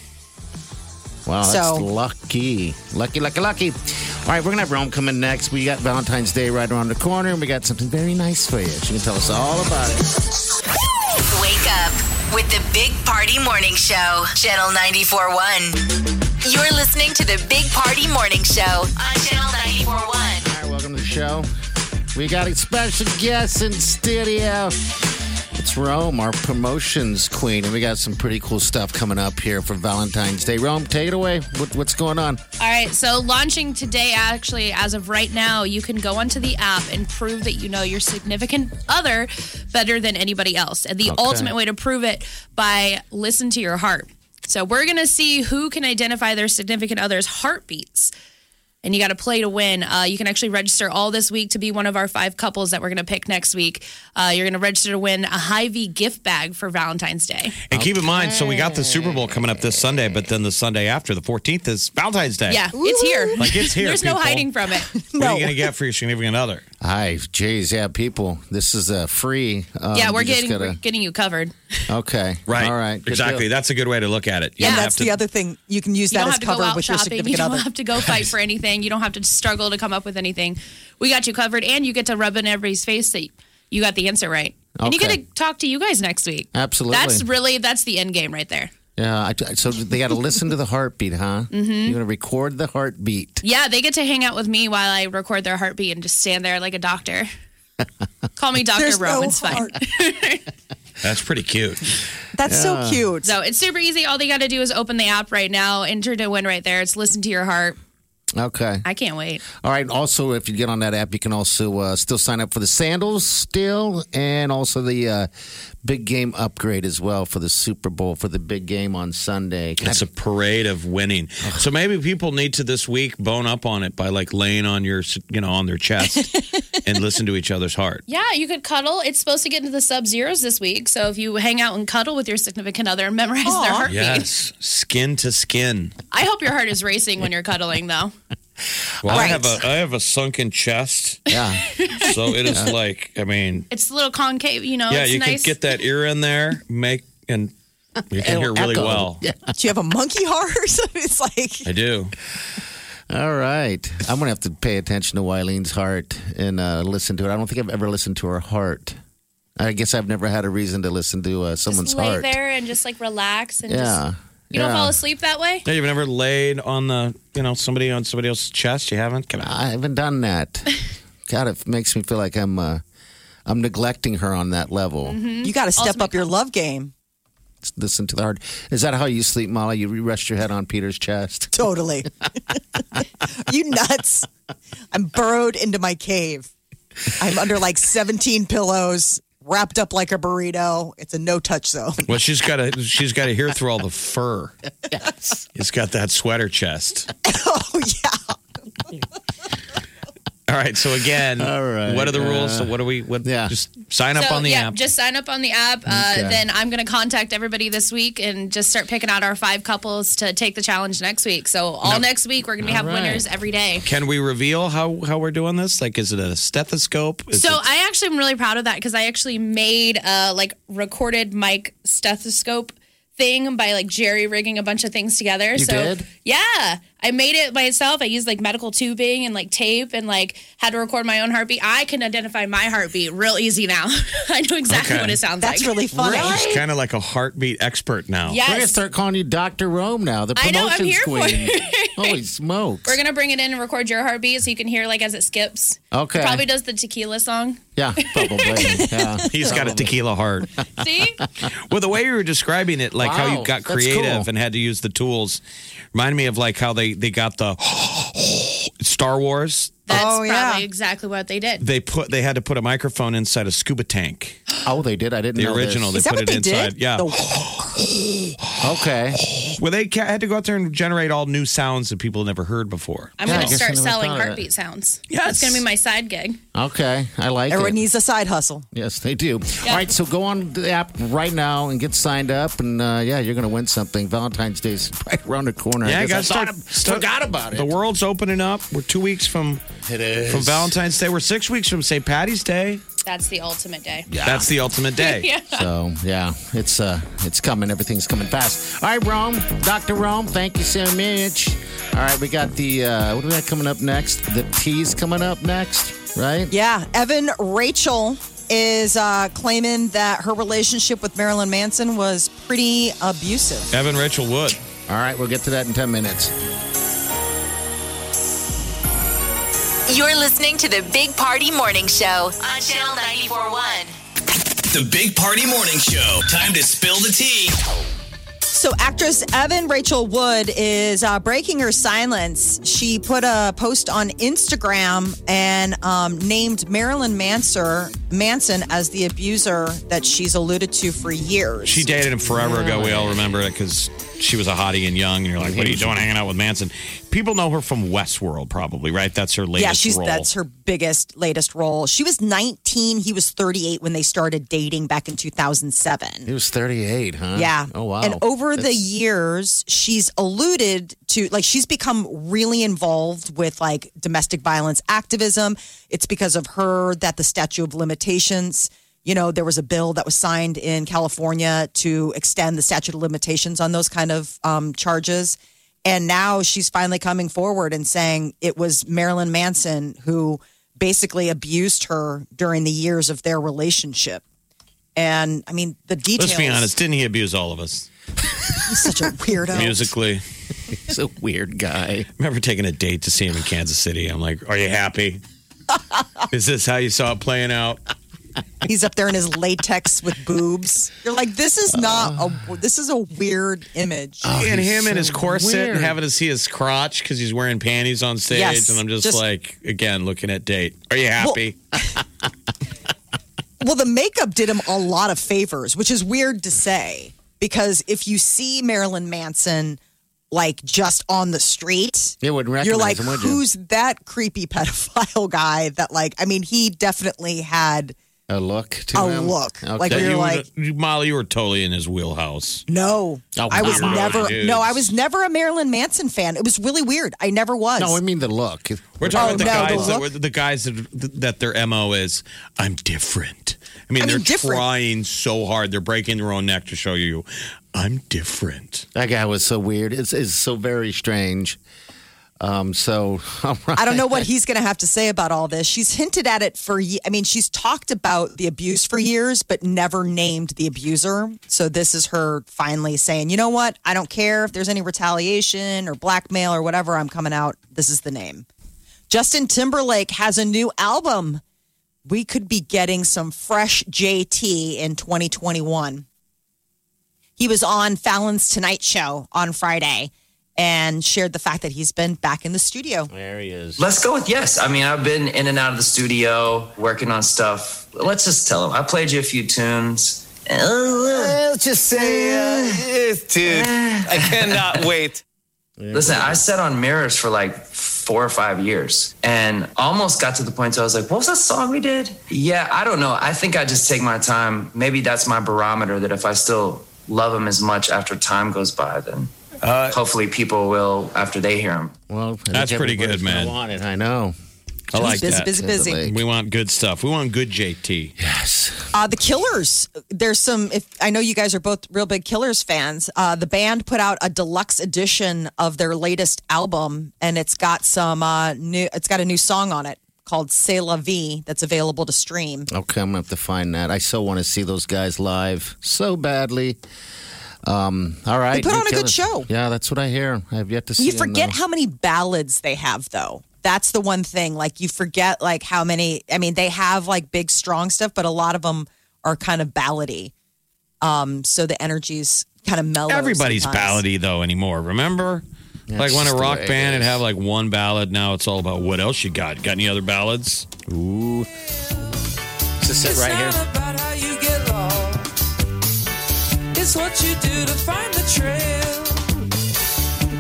S1: Wow, that's
S2: So-
S1: lucky. Lucky, lucky, lucky. All right, we're going to have Rome coming next. We got Valentine's Day right around the corner, and we got something very nice for you. She can tell us all about it.
S4: Wake up with the Big Party Morning Show, Channel 94.1. You're listening to the Big Party Morning Show on Channel 94.1.
S1: All right, welcome to the show. We got a special guest in studio. It's Rome, our promotions queen, and we got some pretty cool stuff coming up here for Valentine's Day. Rome, take it away. What, what's going on?
S10: All right, so launching today, actually, as of right now, you can go onto the app and prove that you know your significant other better than anybody else. And the
S11: Okay.
S10: ultimate way to prove it by listen to your heart. So we're gonna see who can identify their significant other's heartbeats. And you got to play to win. Uh, you can actually register all this week to be one of our five couples that we're going to pick next week. Uh, you're going to register to win a Hy-Vee gift bag for Valentine's Day.
S3: And keep in mind, so we got the Super Bowl coming up this Sunday, but then the Sunday after, the 14th, is Valentine's Day.
S10: Yeah, it's here.
S3: Like, it's here,
S10: There's no
S3: people.
S10: hiding from it.
S3: What are you going to get for your significant other?
S1: Hi, geez, yeah, people. This is uh, free. Um,
S10: yeah, we're
S1: you just
S10: getting
S1: gotta-
S10: we're getting you covered.
S1: Okay.
S3: Right.
S1: All right. Good
S3: Exactly.
S1: deal.
S3: That's a good way to look at it. You
S2: And
S3: don't
S2: that's
S3: have to-
S2: the other thing. You can use
S10: you
S2: that
S10: don't
S2: as
S10: have to go
S2: cover
S10: out
S2: with your
S10: shopping. You
S2: significant
S10: don't
S2: other.
S10: have to go fight for anything. You don't have to struggle to come up with anything. We got you covered, and you get to rub in everybody's face that you got the answer right, and you get
S1: Okay.
S10: to talk to you guys next week.
S1: Absolutely.
S10: That's really that's the end game right there.
S1: Yeah, I, so they got to listen to the heartbeat, huh?
S10: Mhm.
S1: You're going to record the heartbeat.
S10: Yeah, they get to hang out with me while I record their heartbeat and just stand there like a doctor. Call me Doctor
S2: There's
S10: Rome.
S2: no
S10: it's fine.
S3: That's pretty cute. Yeah.
S10: So it's super easy. All they got to do is open the app right now, enter to win right there. It's listen to your heart.
S1: Okay.
S10: I can't wait.
S1: All right. Also, if you get on that app, you can also uh, still sign up for the sandals still, and also the uh, big game upgrade as well for the Super Bowl for the big game on Sunday.
S3: It's a parade of winning. So maybe people need to this week bone up on it by like laying on your, you know, on their chest and listen to each other's heart.
S10: Yeah, you could cuddle. It's supposed to get into the sub zeros this week. So if you hang out and cuddle with your significant other and memorize their heartbeat,
S3: Yes, skin to skin.
S10: I hope your heart is racing when you're cuddling, though.
S3: Well, I
S10: Right.
S3: have a I have a sunken chest.
S1: Yeah.
S3: So it is
S10: Yeah.
S3: like I mean,
S10: It's a little concave, you know.
S3: yeah,
S10: it's
S3: you
S10: nice.
S3: can get that ear in there, make and you can hear really well.
S2: Do you have a monkey heart? it's like
S3: I do.
S1: All right. I'm going to have to pay attention to Wileen's heart and uh, listen to it. I don't think I've ever listened to her heart. I guess I've never had a reason to listen to uh, someone's
S10: just lay
S1: heart.
S10: there and just like relax and just.
S1: Yeah.
S10: You don't fall asleep that way.
S3: Yeah, you've never laid on the you know somebody on somebody else's chest. You haven't. Come on.
S1: I haven't done that. God, it makes me feel like I'm uh, I'm neglecting her on that level.
S10: Mm-hmm.
S2: You got to step up your love game.
S1: Just Listen to the heart. Is that how you sleep, Molly? You rest your head on Peter's chest.
S2: Totally. you nuts. I'm burrowed into my cave. I'm under like 17 pillows, wrapped up like a burrito. It's a no touch zone.
S3: Well, she's got to she's got to hear through all the fur.
S1: Yes.
S3: It's got that sweater chest.
S2: oh, yeah.
S3: All right. So again, what are the rules? So what do we? What? Just sign up
S10: so,
S3: on the
S10: yeah,
S3: app.
S10: just sign up on the app.
S3: Okay.
S10: Uh, then I'm going to contact everybody this week and just start picking out our five couples to take the challenge next week. So all
S3: Now-
S10: next week we're going to have
S3: All right.
S10: winners every day.
S3: Can we reveal how how we're doing this? Like, is it a stethoscope? Is
S10: so
S3: it-
S10: I actually am really proud of that because I actually made a like recorded mic stethoscope thing by like jerry rigging a bunch of things together.
S12: You
S10: so
S12: did?
S10: yeah, I made it myself. I used like medical tubing and like tape and like had to record my own heartbeat. I can identify my heartbeat real easy now. I know exactly
S3: Okay.
S10: what it sounds like.
S3: She's kind of like a heartbeat expert now.
S10: Yes.
S1: We're gonna start calling you Doctor Rome now, the
S10: I know, I'm
S1: promotions
S10: here for
S1: queen.
S10: it.
S1: Holy smokes!
S10: We're gonna bring it in and record your heartbeat so you can hear like as it skips.
S1: Okay.
S10: It probably does the tequila song.
S1: yeah, probably. Yeah,
S3: He's got a tequila heart.
S10: See?
S3: Well, the way you were describing it, like how you
S1: Wow,
S3: got
S1: that's
S3: creative
S1: cool.
S3: and had to use the tools, reminded me of like how they they got the Star Wars.
S2: Oh,
S10: That's probably exactly what they did.
S3: They put they had to put a microphone inside a scuba tank.
S1: Oh, they did. I didn't.
S3: The
S1: know
S3: original, they
S1: This.
S3: put it inside. Yeah.
S1: okay.
S3: Well, they ca- had to go out there and generate all new sounds that people had never heard before.
S10: I'm going to start selling heartbeat sounds. Yeah, That's going to be my side gig.
S1: Okay, I like it.
S2: Everyone needs a side hustle.
S1: Yes, they do. All right, so go on the app right now and get signed up, and uh, yeah, you're going to win something. Valentine's Day's right around the corner.
S3: Yeah,
S1: I
S3: I
S1: guess I
S3: gotta start.
S1: thought- forgot about it.
S3: The world's opening up. We're two weeks from
S1: It is.
S3: from Valentine's Day. We're six weeks from St. Patty's Day.
S10: That's the ultimate day.
S3: That's the ultimate day.
S10: Yeah.
S1: So yeah, it's uh, it's coming. Everything's coming fast. All right, Rome, Doctor Rome, thank you so much. All right, we got the uh, what do we got coming up next? The tea's coming up next, right?
S2: Yeah, Evan Rachel is uh, claiming that her relationship with Marilyn Manson was pretty abusive.
S3: Evan Rachel Wood.
S1: All right, we'll get to that in ten minutes.
S4: You're listening to the Big Party Morning Show on Channel 941.
S5: The Big Party Morning Show. Time to spill the tea.
S2: So, actress Evan Rachel Wood is uh, breaking her silence. She put a post on Instagram and um, named Marilyn Manson, Manson as the abuser that she's alluded to for years.
S3: She dated him forever ago. We all remember it because she was a hottie and young. And you're like, what are you doing hanging out with Manson? People know her from Westworld, probably, right? That's her latest
S2: yeah, she's
S3: role.
S2: that's her biggest latest role. She was 19, he was 38 when they started dating back in 2007.
S1: He was 38, huh?
S2: Yeah.
S1: Oh wow.
S2: And over the
S1: That's-
S2: years, she's alluded to like she's become really involved with like domestic violence activism. It's because of her that the statute of limitations, you know, there was a bill that was signed in California to extend the statute of limitations on those kind of um, charges. And now she's finally coming forward and saying it was Marilyn Manson who basically abused her during the years of their relationship. And I mean, the details.
S3: Let's be honest. Didn't he abuse all of us
S2: He's such a weirdo.
S3: musically? He's
S1: a weird guy.
S3: remember taking a date to see him in Kansas City. I'm like, are you happy? Is this how you saw it playing out?
S2: He's up there in his latex with boobs. You're like, this is not a. This is a weird image.
S3: and him in his corset and having to see his crotch because he's wearing panties on stage.
S2: Yes,
S3: and I'm just,
S2: just-
S3: like, again, looking at date. Are you happy?
S2: Well, the makeup did him a lot of favors, which is weird to say because if you see Marilyn Manson like just on the street,
S1: You wouldn't
S2: you're
S1: recognize
S2: like,
S1: him, would you?
S2: who's that creepy pedophile guy? That like, I mean, he definitely had.
S1: a look to
S2: A
S1: him?
S2: look. Like,
S3: That
S2: we were
S3: you
S2: like-
S3: would- you- Molly, you were totally in his wheelhouse.
S2: No,
S3: Oh,
S2: I was
S3: come on,
S2: never.
S3: dude.
S2: No, I was never a Marilyn Manson fan. It was really weird. I never was.
S1: No, I mean the look.
S3: We're talking
S2: Oh,
S3: about the
S2: no, the
S3: guys that
S2: look.
S3: were the guys that that their mo is. I'm different. I mean,
S2: I mean,
S3: they're
S2: different.
S3: trying so hard. They're breaking their own neck to show you, I'm different.
S1: That guy was so weird. It's, it's so very strange. Um, so all right.
S2: I don't know what he's going to have to say about all this. She's hinted at it for, ye- I mean, she's talked about the abuse for years, but never named the abuser. So this is her finally saying, you know what? I don't care if there's any retaliation or blackmail or whatever. I'm coming out. This is the name. Justin Timberlake has a new album. We could be getting some fresh JT in 2021 he was on Fallon's Tonight Show on Friday and shared the fact that he's been back in the studio.
S1: There he is.
S6: Let's go with yes. I mean, I've been in and out of the studio working on stuff. Let's just tell him I played you a few tunes.
S11: Let's just say, uh, yes, dude, I cannot wait.
S6: Listen, I sat on mirrors for like four or five years and almost got to the point where I was like, what was that song we did? Yeah, I don't know. I think I just take my time. Maybe that's my barometer that if I still love him as much after time goes by, then hopefully people will after they hear him.
S1: Well,
S3: That's pretty good, man.
S1: On it, I know.
S3: I like
S2: busy,
S3: that.
S2: busy, busy.
S3: We want good stuff. We want good JT.
S1: Yes.
S2: Uh, the Killers, there's some, if I know you guys are both real big Killers fans. Uh, the band put out a deluxe edition of their latest album and it's got some uh, new, it's got a new song on it called C'est La Vie that's available to stream.
S1: Okay, I'm gonna have to find that. I so want to see those guys live so badly. Um, all right.
S2: put
S1: you
S2: on a
S1: tell
S2: good
S1: us.
S2: show.
S1: Yeah, that's what I hear. I have yet to see.
S2: You
S1: 'em,
S2: forget
S1: though.
S2: how many ballads they have, though. That's the one thing. Like you forget, like how many. I mean, they have like big, strong stuff, but a lot of them are kind of ballady. Um, so the energy's kind of
S3: Oh,
S2: mellow.
S3: Everybody's
S2: sometimes.
S3: ballady though anymore. Remember, like when
S1: just
S3: a
S1: the
S3: rock
S1: way it
S3: band would
S1: is.
S3: have like one ballad. Now it's all about what else you got. Got any other ballads?
S1: Ooh. Just sit right here.
S11: About how you get
S12: It's what you do to find the trail.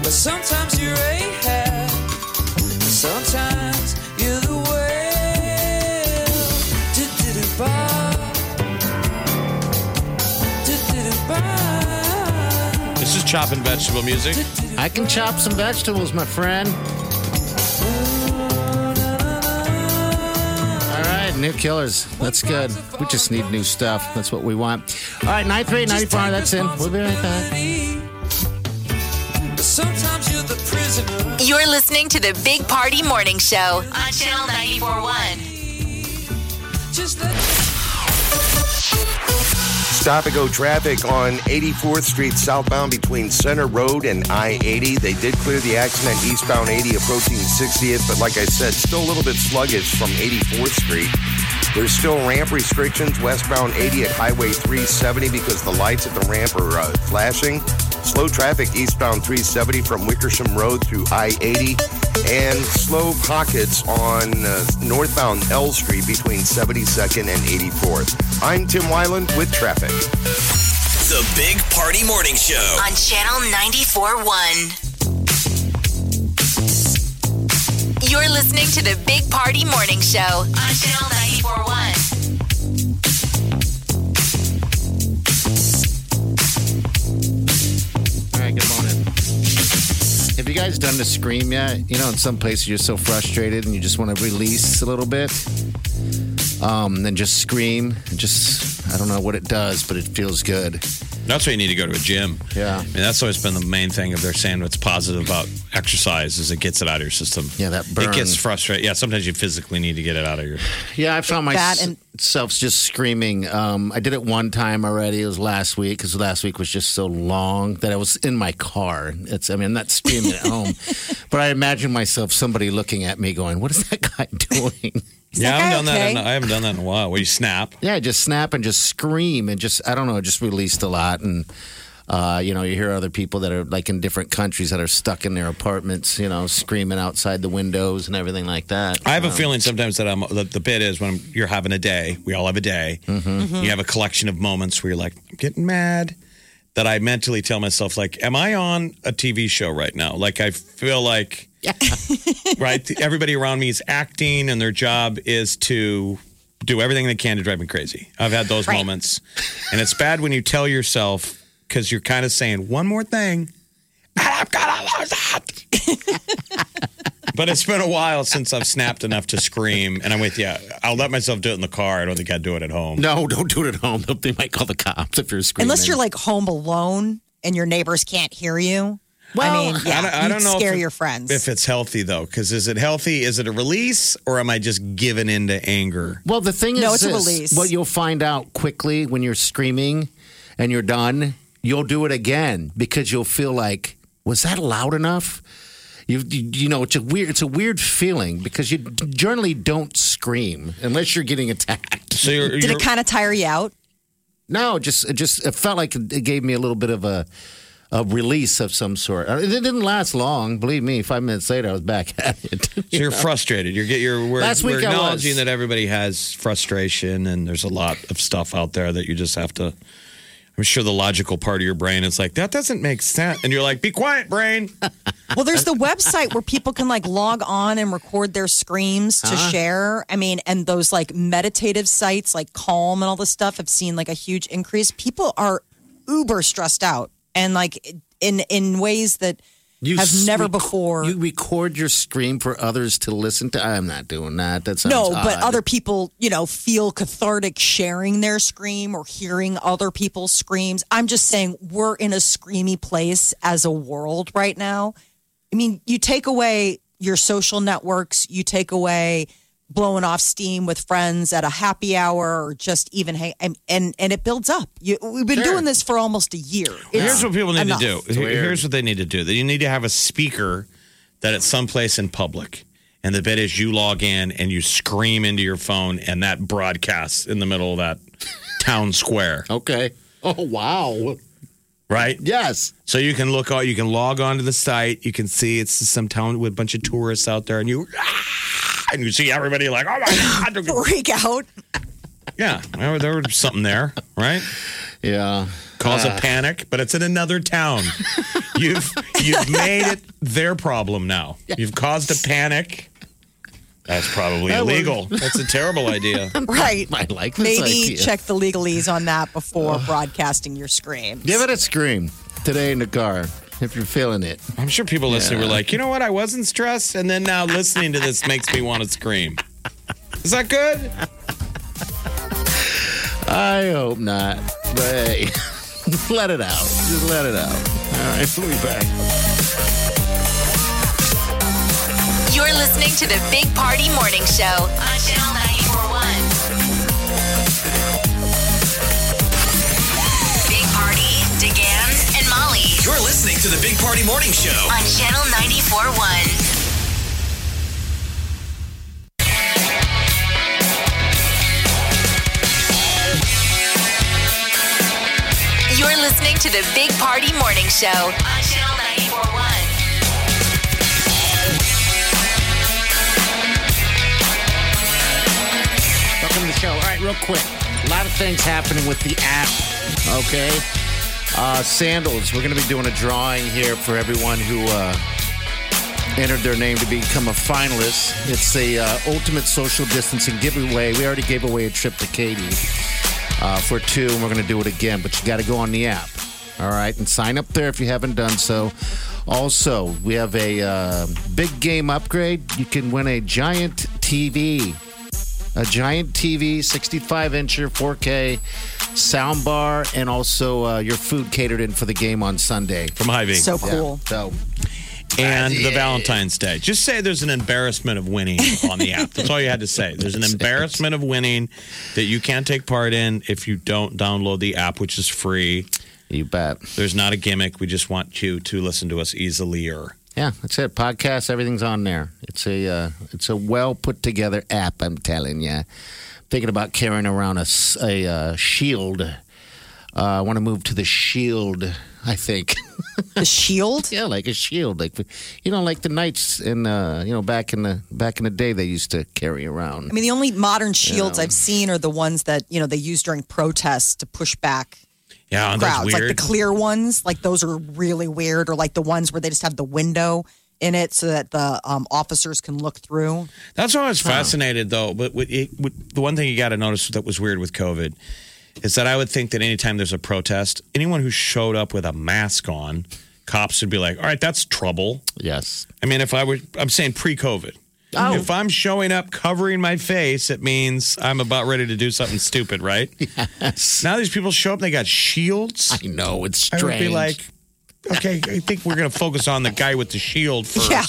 S12: But sometimes you're Ahab, sometimes you're the whale. Du-du-du-ba, du-du-du-ba.
S3: This is chopping vegetable music.
S1: I can chop some vegetables, my friend. All right, new killers. That's good. We just need new stuff. That's what we want. All right, 93, 94, that's in. We'll be right back.
S12: But sometimes you're the prisoner.
S4: You're listening to the Big Party Morning Show on Channel 94.1.
S12: Just let
S13: Stop and go traffic on 84th Street southbound between Center Road and I 80. They did clear the accident eastbound 80 approaching 60th, but like I said, still a little bit sluggish from 84th Street. There's still ramp restrictions westbound 80 at Highway 370 because the lights at the ramp are uh, flashing. Slow traffic eastbound 370 from Wickersham Road through I 80. And slow pockets on uh, northbound L Street between 72nd and 84th. I'm Tim Wyland with traffic.
S5: The Big Party Morning Show.
S4: On Channel 94.1. You're listening to the Big Party Morning Show on Channel 94.1.
S1: All right, good morning. Have you guys done the scream yet? You know, in some places you're so frustrated and you just want to release a little bit. Um, then just scream. and Just, I don't know what it does, but it feels good.
S3: That's why you need to go to a gym. Yeah. I mean, that's always been the main thing of their saying what's positive about exercise is it gets it out of your system. Yeah, that
S1: burn.
S3: It gets frustrated. Yeah, sometimes you physically need to get it out of your.
S1: Yeah, I found
S3: That
S1: myself
S3: and-
S1: just screaming. Um, I did it one time already. It was last week because last week was just so long that I was in my car. It's I mean, I'm not screaming at home, but I imagine myself somebody looking at me going, "What is that guy doing?"
S3: yeah, I haven't done that. In, I haven't done that in a while. Where you snap.
S1: Yeah, just snap and just scream and just I don't know, just released a lot and uh, you know, you hear other people that are like in different countries that are stuck in their apartments, you know, screaming outside the windows and everything like that.
S3: I have a
S1: Um,
S3: feeling sometimes that I'm that the bit is when you're having a day. We all have a day.
S1: Mhm.
S3: You have a collection of moments where you're like, I'm getting mad. That I mentally tell myself, like, am I on a TV show right now? Like, I feel like, right? Everybody around me is acting, and their job is to do everything they can to drive me crazy. I've had those
S14: Right.
S3: moments, and it's bad when you tell yourself because you're kind of saying one more thing. But it's been a while since I've snapped enough to scream, and I'm with you. I'll let myself do it in the car. I don't think I'd do it at home.
S1: No, don't do it at home. They might call the cops if you're screaming.
S2: Unless you're like home alone and your neighbors can't hear you. I mean, yeah,
S3: don't-
S2: you'd
S3: don't know
S2: scare
S3: if it-
S2: your friends.
S3: If it's healthy though, because is it healthy? Is it a release, or am I just giving in to anger?
S1: Well, the thing is,
S3: No, it's a
S1: this,
S3: release.
S1: what you'll find out quickly when you're screaming and you're done, you'll do it again because you'll feel like, was that loud enough? You, you, you know, it's a weird, it's a weird feeling because you generally don't scream unless you're getting attacked.
S3: So
S2: Did it kind of tire you out?
S1: No, just it just it felt like it gave me a little bit of a a release of some sort. It didn't last long, believe me. Five minutes later, I was back at it.
S3: So you're frustrated. You're get you're we're,
S1: Last
S3: we're
S1: week I was.
S3: acknowledging that everybody has frustration, and there's a lot of stuff out there that you just have to. I'm sure the logical part of your brain is like that doesn't make sense, and you're like, "Be quiet, brain."
S2: Well, there's the website where people can like log on and record their screams to
S3: Huh?
S2: share. I mean, and those like meditative sites like Calm and all this stuff have seen like a huge increase. People are uber stressed out and like in in ways that have never
S1: rec-
S2: before.
S1: You record your scream for others to listen to. I'm not doing that. That sounds
S2: no, but
S1: odd.
S2: other people, you know, feel cathartic sharing their scream or hearing other people's screams. I'm just saying we're in a screamy place as a world right now. I mean, you take away your social networks, you take away blowing off steam with friends at a happy hour or just even hang and and, and it builds up. You, we've been doing this for almost a year.
S3: Here's what people need
S2: enough.
S3: to do.
S2: It's
S3: Here-
S2: weird.
S3: Here's what they need to do. They need to have a speaker that at some place in public, and the bit is you log in and you scream into your phone, and that broadcasts in the middle of that town square.
S1: Okay. Oh wow.
S3: Right.
S1: Yes.
S3: So you can look. all You can log on to the site. You can see it's some town with a bunch of tourists out there, and you ah, and you see everybody like, oh my god,
S2: freak out.
S3: Yeah, there was something there, right?
S1: Yeah.
S3: cause
S1: Uh.
S3: a panic, but it's in another town. you've you've made it their problem now. You've caused a panic. That's probably
S1: That would-
S3: illegal. That's a terrible idea.
S2: Right.
S1: I like this
S2: Maybe
S1: idea.
S2: check the legalese on that before broadcasting your scream.
S1: Give it a scream today in the car if you're feeling it.
S3: I'm sure people listening
S1: Yeah.
S3: were like, you know what? I wasn't stressed, and then now listening to this makes me want to scream. Is that good?
S1: I hope not. But hey, let it out. Just let it out. All right, we'll be back.
S4: You're listening to the Big Party Morning Show on Channel 941. Big Party, DeGan, and Molly
S5: You're listening to the Big Party Morning Show.
S4: on Channel 941. You're listening to the Big Party Morning Show on Channel 941.
S1: Welcome to the show. All right, real quick. A lot of things happening with the app. Okay. Uh, sandals. We're going to be doing a drawing here for everyone who uh, entered their name to become a finalist. It's the uh, ultimate social distancing giveaway. We already gave away a trip to Katie uh, for two, and we're going to do it again. But you got to go on the app. All right, and sign up there if you haven't done so. Also, we have a uh, big game upgrade. You can win a giant TV a giant TV, 65 incher, 4K sound bar, and also uh, your food catered in for the game on Sunday
S3: From Hy-Vee. So cool.
S1: so,
S3: And the
S1: Yeah.
S3: Valentine's Day. Just say there's an embarrassment of winning on the app. That's all you had to say. There's an embarrassment of winning that you can't take part in if you don't download the app, which is free.
S1: You bet.
S3: There's not a gimmick. We just want you to listen to us easily or
S1: yeah, that's it. Podcast, everything's on there. It's a uh, it's a well put together app. I'm telling you. Thinking about carrying around a s- a, uh, shield. Uh, I want to move to the shield. I think
S2: the shield.
S1: yeah, like a shield. Like you know, like the knights in uh, you know back in the back in the day they used to carry around.
S2: I mean, the only modern shields
S1: Yeah.
S2: I've seen are the ones that you know they use during protests to push back
S3: Yeah, aren't those
S2: crowds, like the
S3: weird?
S2: clear ones. Like those are really weird, or like the ones where they just have the window in it so that the um, officers can look through.
S3: That's why I was fascinated, though. But with- it, with- the one thing you got to notice that was weird with COVID is that I would think that anytime there's a protest, anyone who showed up with a mask on, cops would be like, "All right, that's trouble."
S1: Yes.
S3: I mean, if I were, I'm saying pre-COVID.
S1: Oh.
S3: If I'm showing up covering my face, it means I'm about ready to do something stupid, right? Yes. Now these people show up, they got shields. I
S1: know it's
S3: I would be
S1: strange.
S3: like, okay, I think we're gonna focus on the guy with the shield first.
S2: Yeah,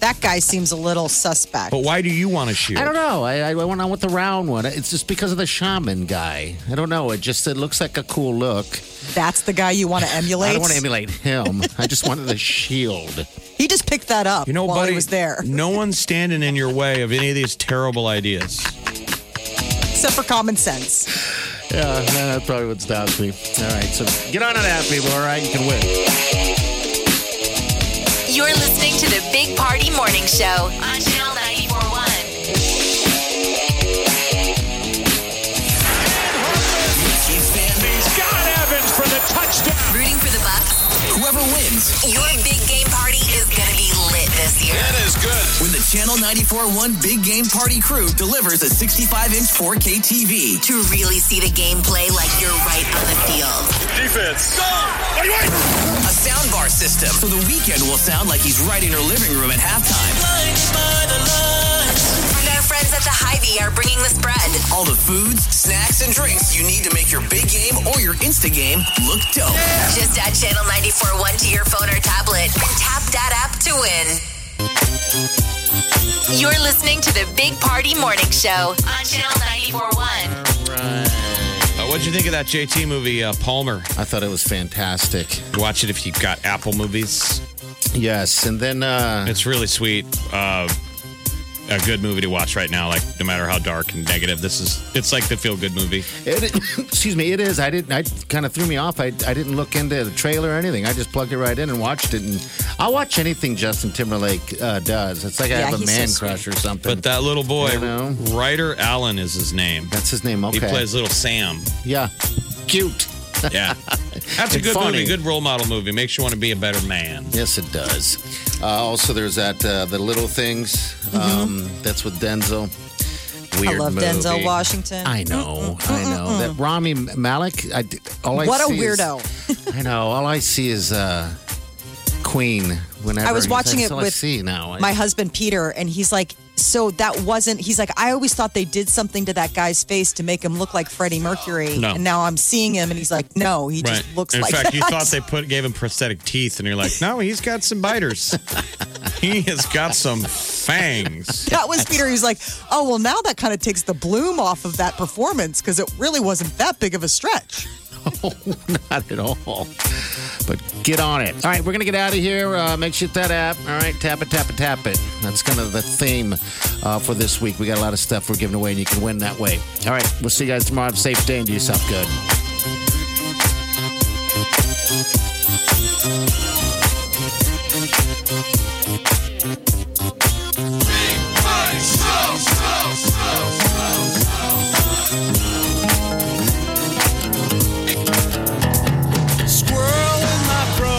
S2: that guy seems a little suspect.
S3: But why do you want a shield?
S1: I don't know. I, I went on with the round one. It's just because of the shaman guy. I don't know. It just it looks like a cool look.
S2: That's the guy you want to emulate.
S1: I don't want to emulate him. I just wanted the shield.
S2: He just picked that up.
S3: You know,
S2: while
S3: buddy,
S2: he was there,
S3: no one's standing in your way of any of these terrible ideas. Uh,
S2: except for common sense.
S1: Yeah, that probably would stop me. All right, so get on to that, people. All right, you can win.
S4: You're listening to the Big Party Morning Show on Channel 941.
S12: Scott Evans for the touchdown.
S4: Rooting for the Bucks. Whoever wins, your big game party is going to be lit this year.
S5: That is good. When the Channel 94.1 Big Game Party crew delivers a 65-inch 4K TV.
S4: To really see the gameplay like you're right on the field.
S5: Defense. Go! Wait, wait! A soundbar system, so the weekend will sound like he's right in her living room at halftime.
S4: And our friends at the Hy-Vee are bringing the spread.
S5: All the foods, snacks, and drinks you need to make your big game or your Insta game look dope.
S4: Just add Channel 941 to your phone or tablet and tap that app to win. You're listening to the Big Party Morning Show on Channel 941.
S3: Uh, what'd you think of that JT movie, uh, Palmer?
S1: I thought it was fantastic.
S3: Watch it if you've got Apple movies.
S1: Yes, and then uh,
S3: It's really sweet. Uh, a good movie to watch right now, like no matter how dark and negative this is, it's like the feel good movie.
S1: it, excuse me, it is. I didn't. I kind of threw me off. I, I didn't look into the trailer or anything. I just plugged it right in and watched it. And I'll watch anything Justin Timberlake uh, does. It's like I
S2: Yeah,
S1: have a
S2: he's so
S1: man
S2: sweet.
S1: crush or something.
S3: But that little boy,
S1: You know?
S3: Ryder Allen is his name.
S1: That's his name. Okay.
S3: He plays little Sam.
S1: Yeah. Cute.
S3: Yeah. That's a
S1: And
S3: good
S1: funny.
S3: movie. Good role model movie. Makes you want to be a better man.
S1: Yes, it does. Uh, also, there's that uh, the little things. Um, that's with Denzel. Weird
S2: Mm-hmm. I love
S1: movie.
S2: Denzel Washington.
S1: I know, I know that Rami Malik. I, d- all I
S2: what a
S1: see is-
S2: weirdo.
S1: I know. All I see is uh, Queen. Whenever
S2: I was
S1: That's
S2: watching it
S1: all I
S2: with
S1: see now.
S2: my husband Peter, and he's like, "So that wasn't." He's like, "I always thought they did something to that guy's face to make him look like Freddie Mercury,
S3: No.
S2: and now I'm seeing him, and he's like, no, he just looks
S3: In
S2: like
S3: fact,
S2: that."
S3: you thought they put gave him prosthetic teeth, and you're like, no, he's got some biters. he has got some fangs.
S2: that was Peter. He's like, "Oh well, now that kind of takes the bloom off of that performance because it really wasn't that big of a stretch."
S1: Not at all. But get on it. All right, we're gonna get out of here. Uh, make sure you hit that app. All right, tap it, tap it, tap it. That's kind of the theme uh, for this week. We got a lot of stuff we're giving away, and you can win that way. All right, we'll see you guys tomorrow. Have a safe day and do yourself good.
S12: Squirrel in my pro,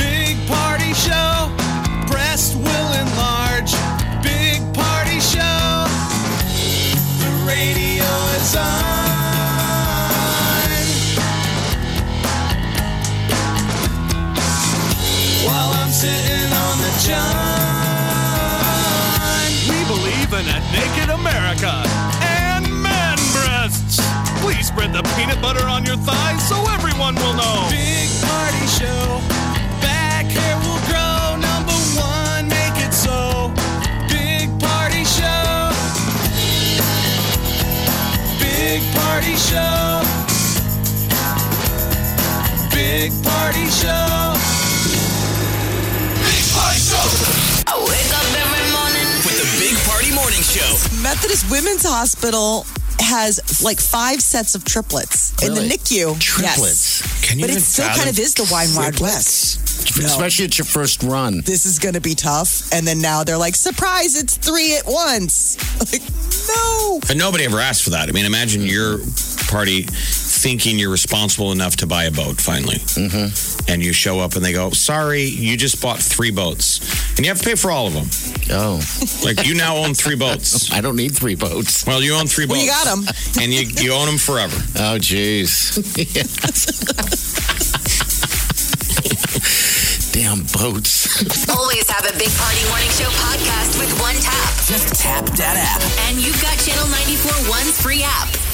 S12: big party show. Breast will enlarge, big party show. The radio is on. While I'm sitting on the john.
S14: We believe in a naked America and man breasts. Please spread the peanut butter on your thighs so everyone will know.
S12: Big party show. Back hair will grow. Number one, make it so. Big party show. Big party show. Big party show. Big party show.
S4: I wake up every morning.
S5: With the Big Party Morning Show.
S2: Methodist Women's Hospital has like five sets of triplets in the
S1: Really?
S2: NICU.
S1: Triplets.
S2: Yes.
S1: Can you
S2: but it
S1: even
S2: still
S1: fathom
S2: kind of is the wine wild west. No.
S1: Especially at your first run.
S2: This is going to be tough. And then now they're like, surprise, it's three at once. Like, no.
S3: But nobody ever asked for that. I mean, imagine your party thinking you're responsible enough to buy a boat finally. Mm-hmm. And you show up and they go, sorry, you just bought three boats. And you have to pay for all of them.
S1: Oh.
S3: Like you now own three boats.
S1: I don't need three boats.
S3: Well, you own three
S1: Well,
S3: boats.
S1: you got 'em.
S3: And you, you own them forever.
S1: Oh, jeez. Damn boats.
S4: Always have a Big Party Morning Show podcast with one tap. Just tap that app. And you've got Channel 94.1's free app.